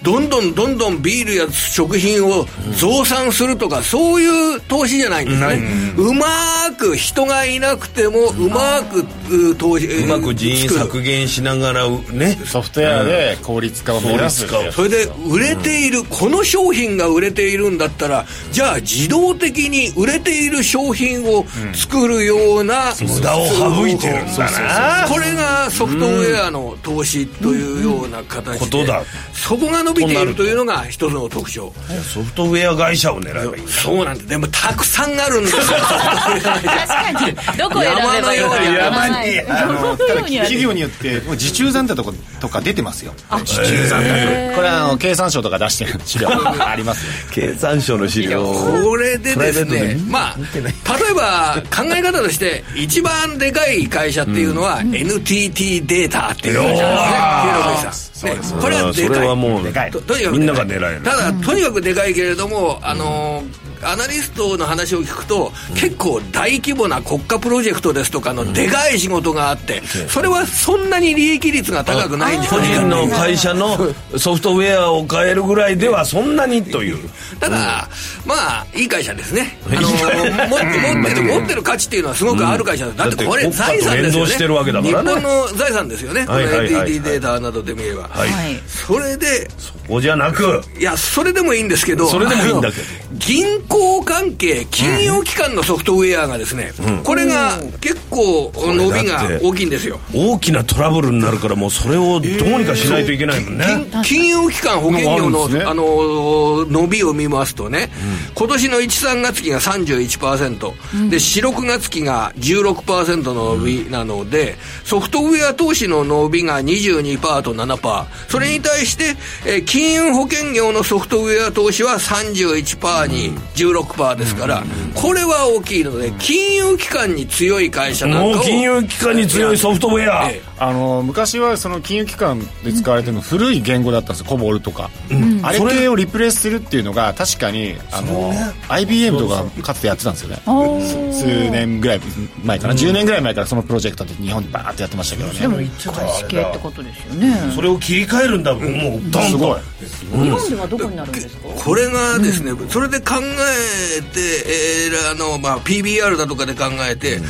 J: どんどんどんどんビールや食品を増産するとか、そういう投資じゃないんですね、うまーく人がいなくてもうまーくう投資
D: うまく人員
J: 作る
D: 削減しながらうね
B: ソフトウェアで効率化を目指すってやつ
J: それで売れている、この商品が売れているんだったらじゃあ自動的に売れている商品を作るような、
D: 無駄を省いてるんだな
J: これがソフトウェアの投資というような形で、
D: ことだ
J: そこが伸びているというのが一つの特徴
D: ソフトウェア会社を狙えばいいんだ
J: そうなんですでもたくさんあるんですよ
C: 確かにどこ選べばいいか
J: 山のように
C: わから
B: 山
C: な
B: に
C: い
B: あのただ
C: どこにある
B: 企業によってもう時中残高とことか出てますよ時中残高これはあの経産省とか出してる資料ありますよ
K: 経産省の資料
J: これでです
K: プライベー
J: ね
K: トで
J: まあ例えば考え方として一番でかい会社っていうのは NTT データっていう会社ですねヒロミさんねこれはで
K: それ
J: か
K: はいもう
B: でかい
J: ととにかく
D: みんなが
J: で
D: 狙
J: かい
D: える
J: ただとにかくでかいけれどもあのーアナリストの話を聞くと、結構大規模な国家プロジェクトですとかのでかい仕事があって、それはそんなに利益率が高くないんじゃ
D: 個
J: ないか
D: 人の会社のソフトウェアを変えるぐらいではそんなにという
J: ただ、まあいい会社ですねあのー持って持ってる持ってる価値っていうのはすごくある会社だ,、
D: うん
J: だってこれ
D: だって国
J: 財
D: 家と
J: 産ですよ
D: 連動
J: ね
D: してるわけだからね
J: 日本の財産ですよね、
D: はいはいはいはい
J: この NTT データなどで見れば、
D: はい、
J: それで
D: ここじゃなく
J: いやそれでもいいんですけど
D: それでもいいんだけど
J: あの銀行関係金融機関のソフトウェアがですね、これが結構伸びが大きいんですよ
D: 大きなトラブルになるからもうそれをどうにかしないといけないもんね、
J: 金金融機関保険料
D: もうある
J: の
D: んですね
J: あのー伸びを見ますとね、今年の13月期が31%、で46月期が16%の伸びなので、ソフトウェア投資の伸びが22%と7%それに対して、えー金融保険業のソフトウェア投資は31%に16%ですから、これは大きいので金融機関に強い会社な
D: も
J: んか
D: う
J: を
D: 金融機関に強いソフトウェア、
J: ええ
B: あの昔はその金融機関で使われてるの古い言語だったんですよコボルとか、あれ系をリプレイスするっていうのが確かにあの、IBM とかかつてやってたんですよね数年ぐらい前かな、10年ぐらい前からそのプロジェクトで日本でバーってやってましたけどね
C: でも外資系ってことですよね
D: それを切り替えるんだもんもうドン
B: す
D: と
B: ごい
C: 日本ではどこになるんですか
J: これがですね、それで考えて、えーあのまあ、PBR だとかで考えて、例え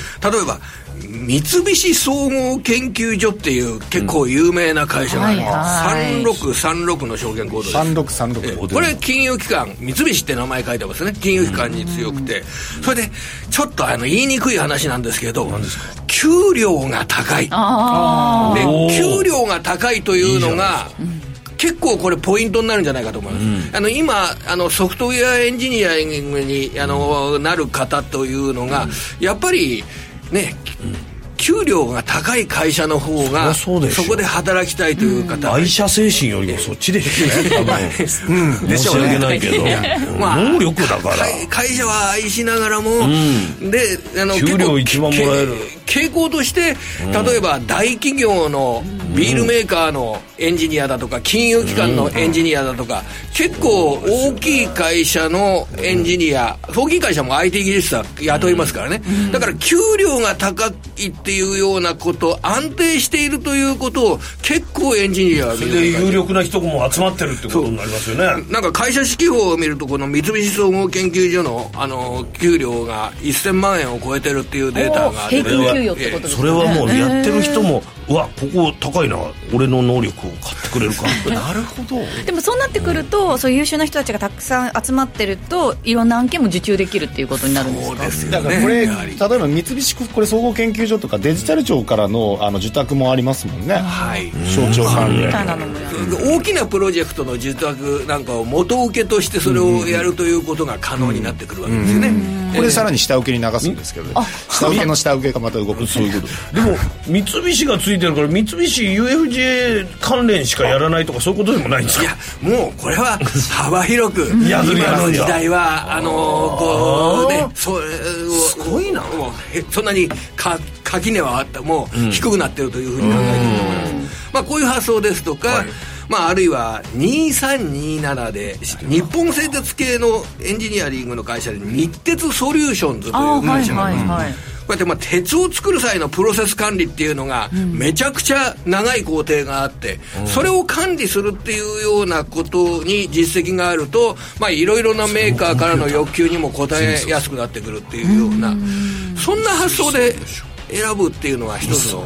J: ば三菱総合研究所っていう結構有名な会社がある、
C: うんはいは
J: 3636の証券コードです
B: 3636
J: これ金融機関三菱って名前書いてますね金融機関に強くてそれでちょっとあの言いにくい話なんですけど給料が高いで給料が高いというのが結構これポイントになるんじゃないかと思います、あの今あのソフトウェアエンジニアリングにあのなる方というのがやっぱりね給料が高い会社の方が
D: そりゃそうでしょ
J: こで働きたいという方が
D: 愛社精神よりもそっちでし ょ、うん、申し訳ない けど、
J: まあ
D: 能力だから
J: 会会社は愛しながらも、であの
D: 給料一番もらえる
J: け傾向として例えば大企業のビールメーカーのエンジニアだとか金融機関のエンジニアだとか結構大きい会社のエンジニア大きい会社も IT 技術者雇いますからねだから給料が高いっていうようなこと安定しているということを結構エンジニアは
D: それで有力な人も集まってるってことになりますよね
J: なんか会社指揮法を見るとこの三菱総合研究所のあの給料が1000万円を超えてるっていうデータがあって
C: 平均給与ってことです
D: それはもうやってる人も、うわここ高いな俺の能力を買ってくれるか なるほど
C: でもそうなってくると、そういう優秀な人たちがたくさん集まってるといろんな案件も受注できるっていうことになるんですか
B: だからこれ、例えば三菱これ総合研究所とかデジタル庁からのあの受託もありますもんね、
J: はい
B: 省庁関連
C: みたいなのもやる
J: 大きなプロジェクトの住宅なんかを元請けとしてそれをやるということが可能になってくるわけですよね
B: これさらに下請けに流すんですけど、下請けの下請けがまた動くそういうこと
D: でも三菱がついてるから三菱 UFJ 関連しかやらないとかそういうことでもないんです
J: い
D: か
J: やもうこれは 幅広く
D: や
J: 今
D: るやる
J: の時代はあのこうねそれをすごいなもうへそんなにか垣根はあったもう低くなってるというふうに考えていると思います、まあ、こういう発想ですとか、まあ、あるいは2327で日本製鉄系のエンジニアリングの会社で日鉄ソリューションズとい
C: あ
J: う
C: ーは
J: 会
C: い
J: 社があ
C: は
J: る
C: いはい
J: うやってまあ鉄を作る際のプロセス管理っていうのがめちゃくちゃ長い工程があって、それを管理するっていうようなことに実績があるとまあいろいろなメーカーからの要求にも応えやすくなってくるっていうようなそんな発想で選ぶっていうのは一つの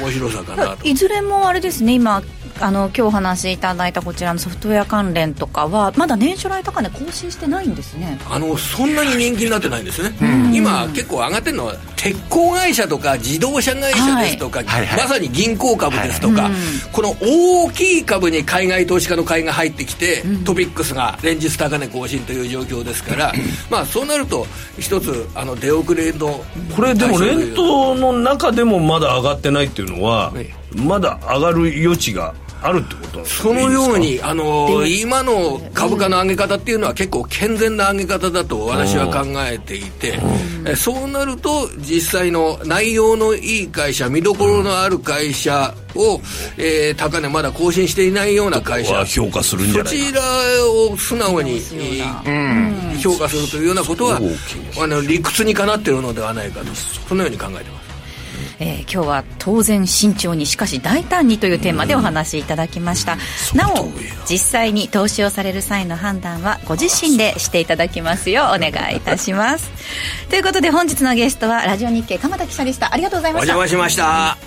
J: 面白さかなと。
C: いずれもあれですね今あの今日お話しいただいたこちらのソフトウェア関連とかはまだ年初来高値更新してないんですね
J: あのそんなに人気になってないんですね、今結構上がってるのは鉄鋼会社とか自動車会社ですとか、
B: はいはい
J: まさに銀行株ですとか、この大きい株に海外投資家の買いが入ってきて、トピックスが連日高値更新という状況ですから、まあそうなると一つあの出遅れの
D: これでも連
J: は
D: 投の中でもまだ上がってないっていうのは、
J: え
D: まだ上がる余地があるってことなんですか
J: そのようにあの今の株価の上げ方っていうのは結構健全な上げ方だと私は考えていて、えそうなると実際の内容のいい会社見どころのある会社を、えー高値まだ更新していないような会社
D: は評価するんじゃ
J: そ
D: ない
J: ち
D: から
J: を素直に、えー評価するというようなことはあの理屈にかなっているのではないかとそのように考えてます。
C: えー今日は当然慎重にしかし大胆にというテーマでお話しいただきましたなお実際に投資をされる際の判断はご自身でしていただきますようお願いいたします ということで本日のゲストはラジオ日経鎌田記者でしたありがとうござい
J: お
C: ました
J: 邪魔しました。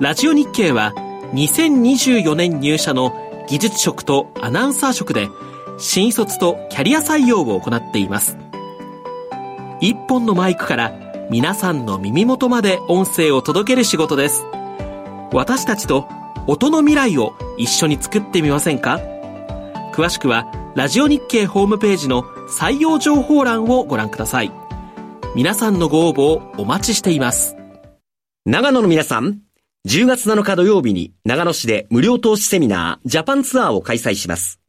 I: ラジオ日経は2024年入社の技術職とアナウンサー職で新卒とキャリア採用を行っています。一本のマイクから皆さんの耳元まで音声を届ける仕事です。私たちと音の未来を一緒に作ってみませんか詳しくはラジオ日経ホームページの採用情報欄をご覧ください。皆さんのご応募をお待ちしています。
L: 長野の皆さん、10月7日土曜日に長野市で無料投資セミナージャパンツアーを開催します。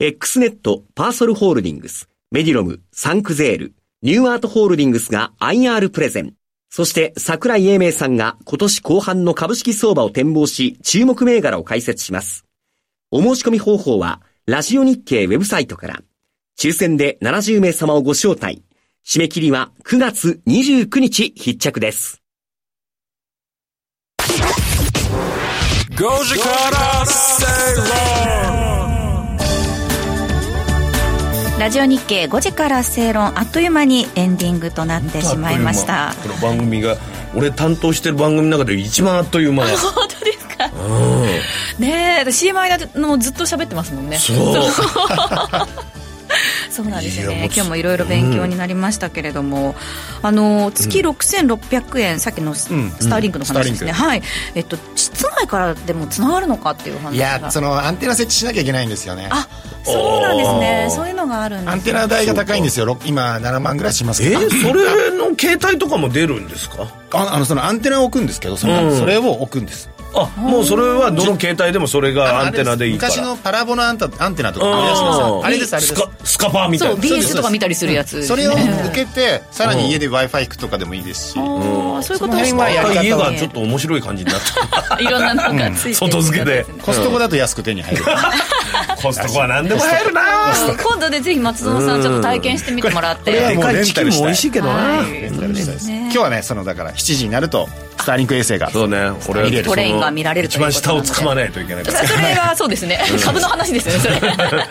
L: XNET パーソルホールディングス、メディロム、サンクゼール、ニューアートホールディングスが IR プレゼン。そして桜井英明さんが今年後半の株式相場を展望し、注目銘柄を解説します。お申し込み方法は、ラジオ日経ウェブサイトから、抽選で70名様をご招待。締め切りは9月29日必着です。
A: Goji Kara Seirong.
C: ラジオ日経5時から正論あっという間にエンディングとなってしまいました
D: あっという間この番組が俺担当してる番組の中で一番あっと いう間だ
C: 本当ですかねえ CM 間のずっと喋ってますもんね
D: そう
C: そうなんですよ
D: いや
C: ね
D: もう
C: 今日もいろいろ勉強になりましたけれども、あの月6600円、さっきのス,、ターリンクの話ですね、
B: ス
C: はいえっと、室内からでもつながるのかっていう話が
B: いやそのアンテナ設置しなきゃいけないんですよね
C: あそうなんですねそういうのがあるんです
B: アンテ
C: ね
B: ナ代が高いんですよろく今7万ぐらいしますけ
D: え
B: ど
D: それの携帯とかも出るんですか
B: ああのそのアンテナを置くんですけどその、それを置くんです
D: あもうそれはどの携帯でもそれがアンテナでいいから
B: 昔のパラボのアンタアンテナとか
D: うん
B: 思い出しますあれですあれで
D: ス
B: す
D: カスカパーみた
C: そ
D: いうな
C: BS とか見たりするやつです
B: そ
C: ね
B: れを受けてさらに家で w i f i 行くとかでもいいですし、
C: あーそういうことをし
B: その辺はやり方を
D: 家がちょっと面白い感じになっ た
C: いろんなのがついてる
D: 外付けで
B: コストコだと安く手に入る
D: コストコは何でも入るな
C: うん今度でぜひ松園さんちょっと体験してみてもらっ
B: これは
C: て
B: もうレンタルしたい
D: いけどな
B: レンタルしたいです今日はねそのだから7時になるとスターリンク衛星が
D: そうね俺
B: 見れる
C: トレインが見られると
D: 一
C: いうこと
D: 番
C: なので
D: 下をつかまないといけないから
C: それがそうで すね株の話ですよねそれ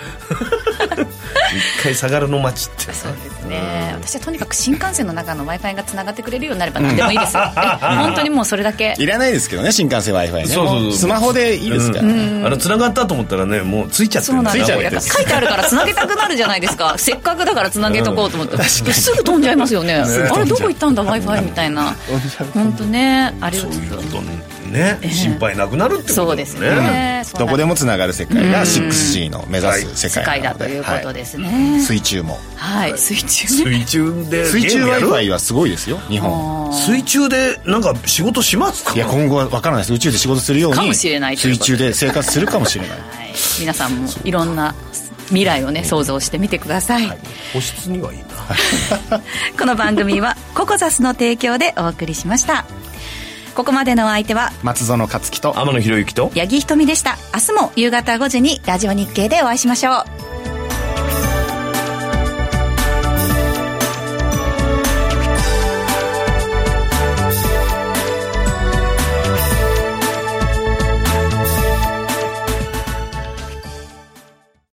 D: 一回下がるの街って
C: そうですね、私はとにかく新幹線の中の w i f i がつながってくれるようになれば何でもい いですよ、え本当にもうそれだけ
B: いらないですけどね新幹線 w i f i ね
D: そうそうそう
B: もスマホでいいですから、
D: あの繋がったと思ったらねもうついちゃって
C: そう
D: る
C: なん
D: だ
C: ですよ
D: つい
C: やっ
D: ちゃ
C: ぱ
D: って
C: 書いてあるからつなげたくなるじゃないですか せっかくだからつなげとこうと思って、すぐ飛んじゃいますよねあれどこ行ったんだ w i f i みたいな本当ねあれを
D: そう
C: ち
D: い
C: ょ
D: う
C: っと
D: ことね心配なくなるってこと
C: そうですよねそう
B: ど
C: なん
B: こ
C: で
B: でもつながる世界が 6G の目指す
C: す
B: 世
C: 世
B: 界
C: 界
B: な
C: だ
B: の
C: と
B: で
C: いうことですね、
B: はい水中も
C: はい、水中ね
D: 水中で
B: 水中
D: ゲー
B: w
D: ムや
B: i
D: る
B: f i はすごいですよ日本
D: 水中でなんか仕事しますか
B: いや今後は分からないです宇宙で仕事するよう
C: かも
B: に
C: しれないという
B: 水
C: ことで
B: 中で生活するかもしれな い
C: はい皆さんもいろんな未来をね想像してみてください、
D: 保湿にはいいな
C: この番組はココザスの提供でお送りしましたここまでのお相手は
B: 松園克樹と
D: 天野博之と
C: 八木ひとみでした明日も夕方5時にラジオ日経でお会いしましょう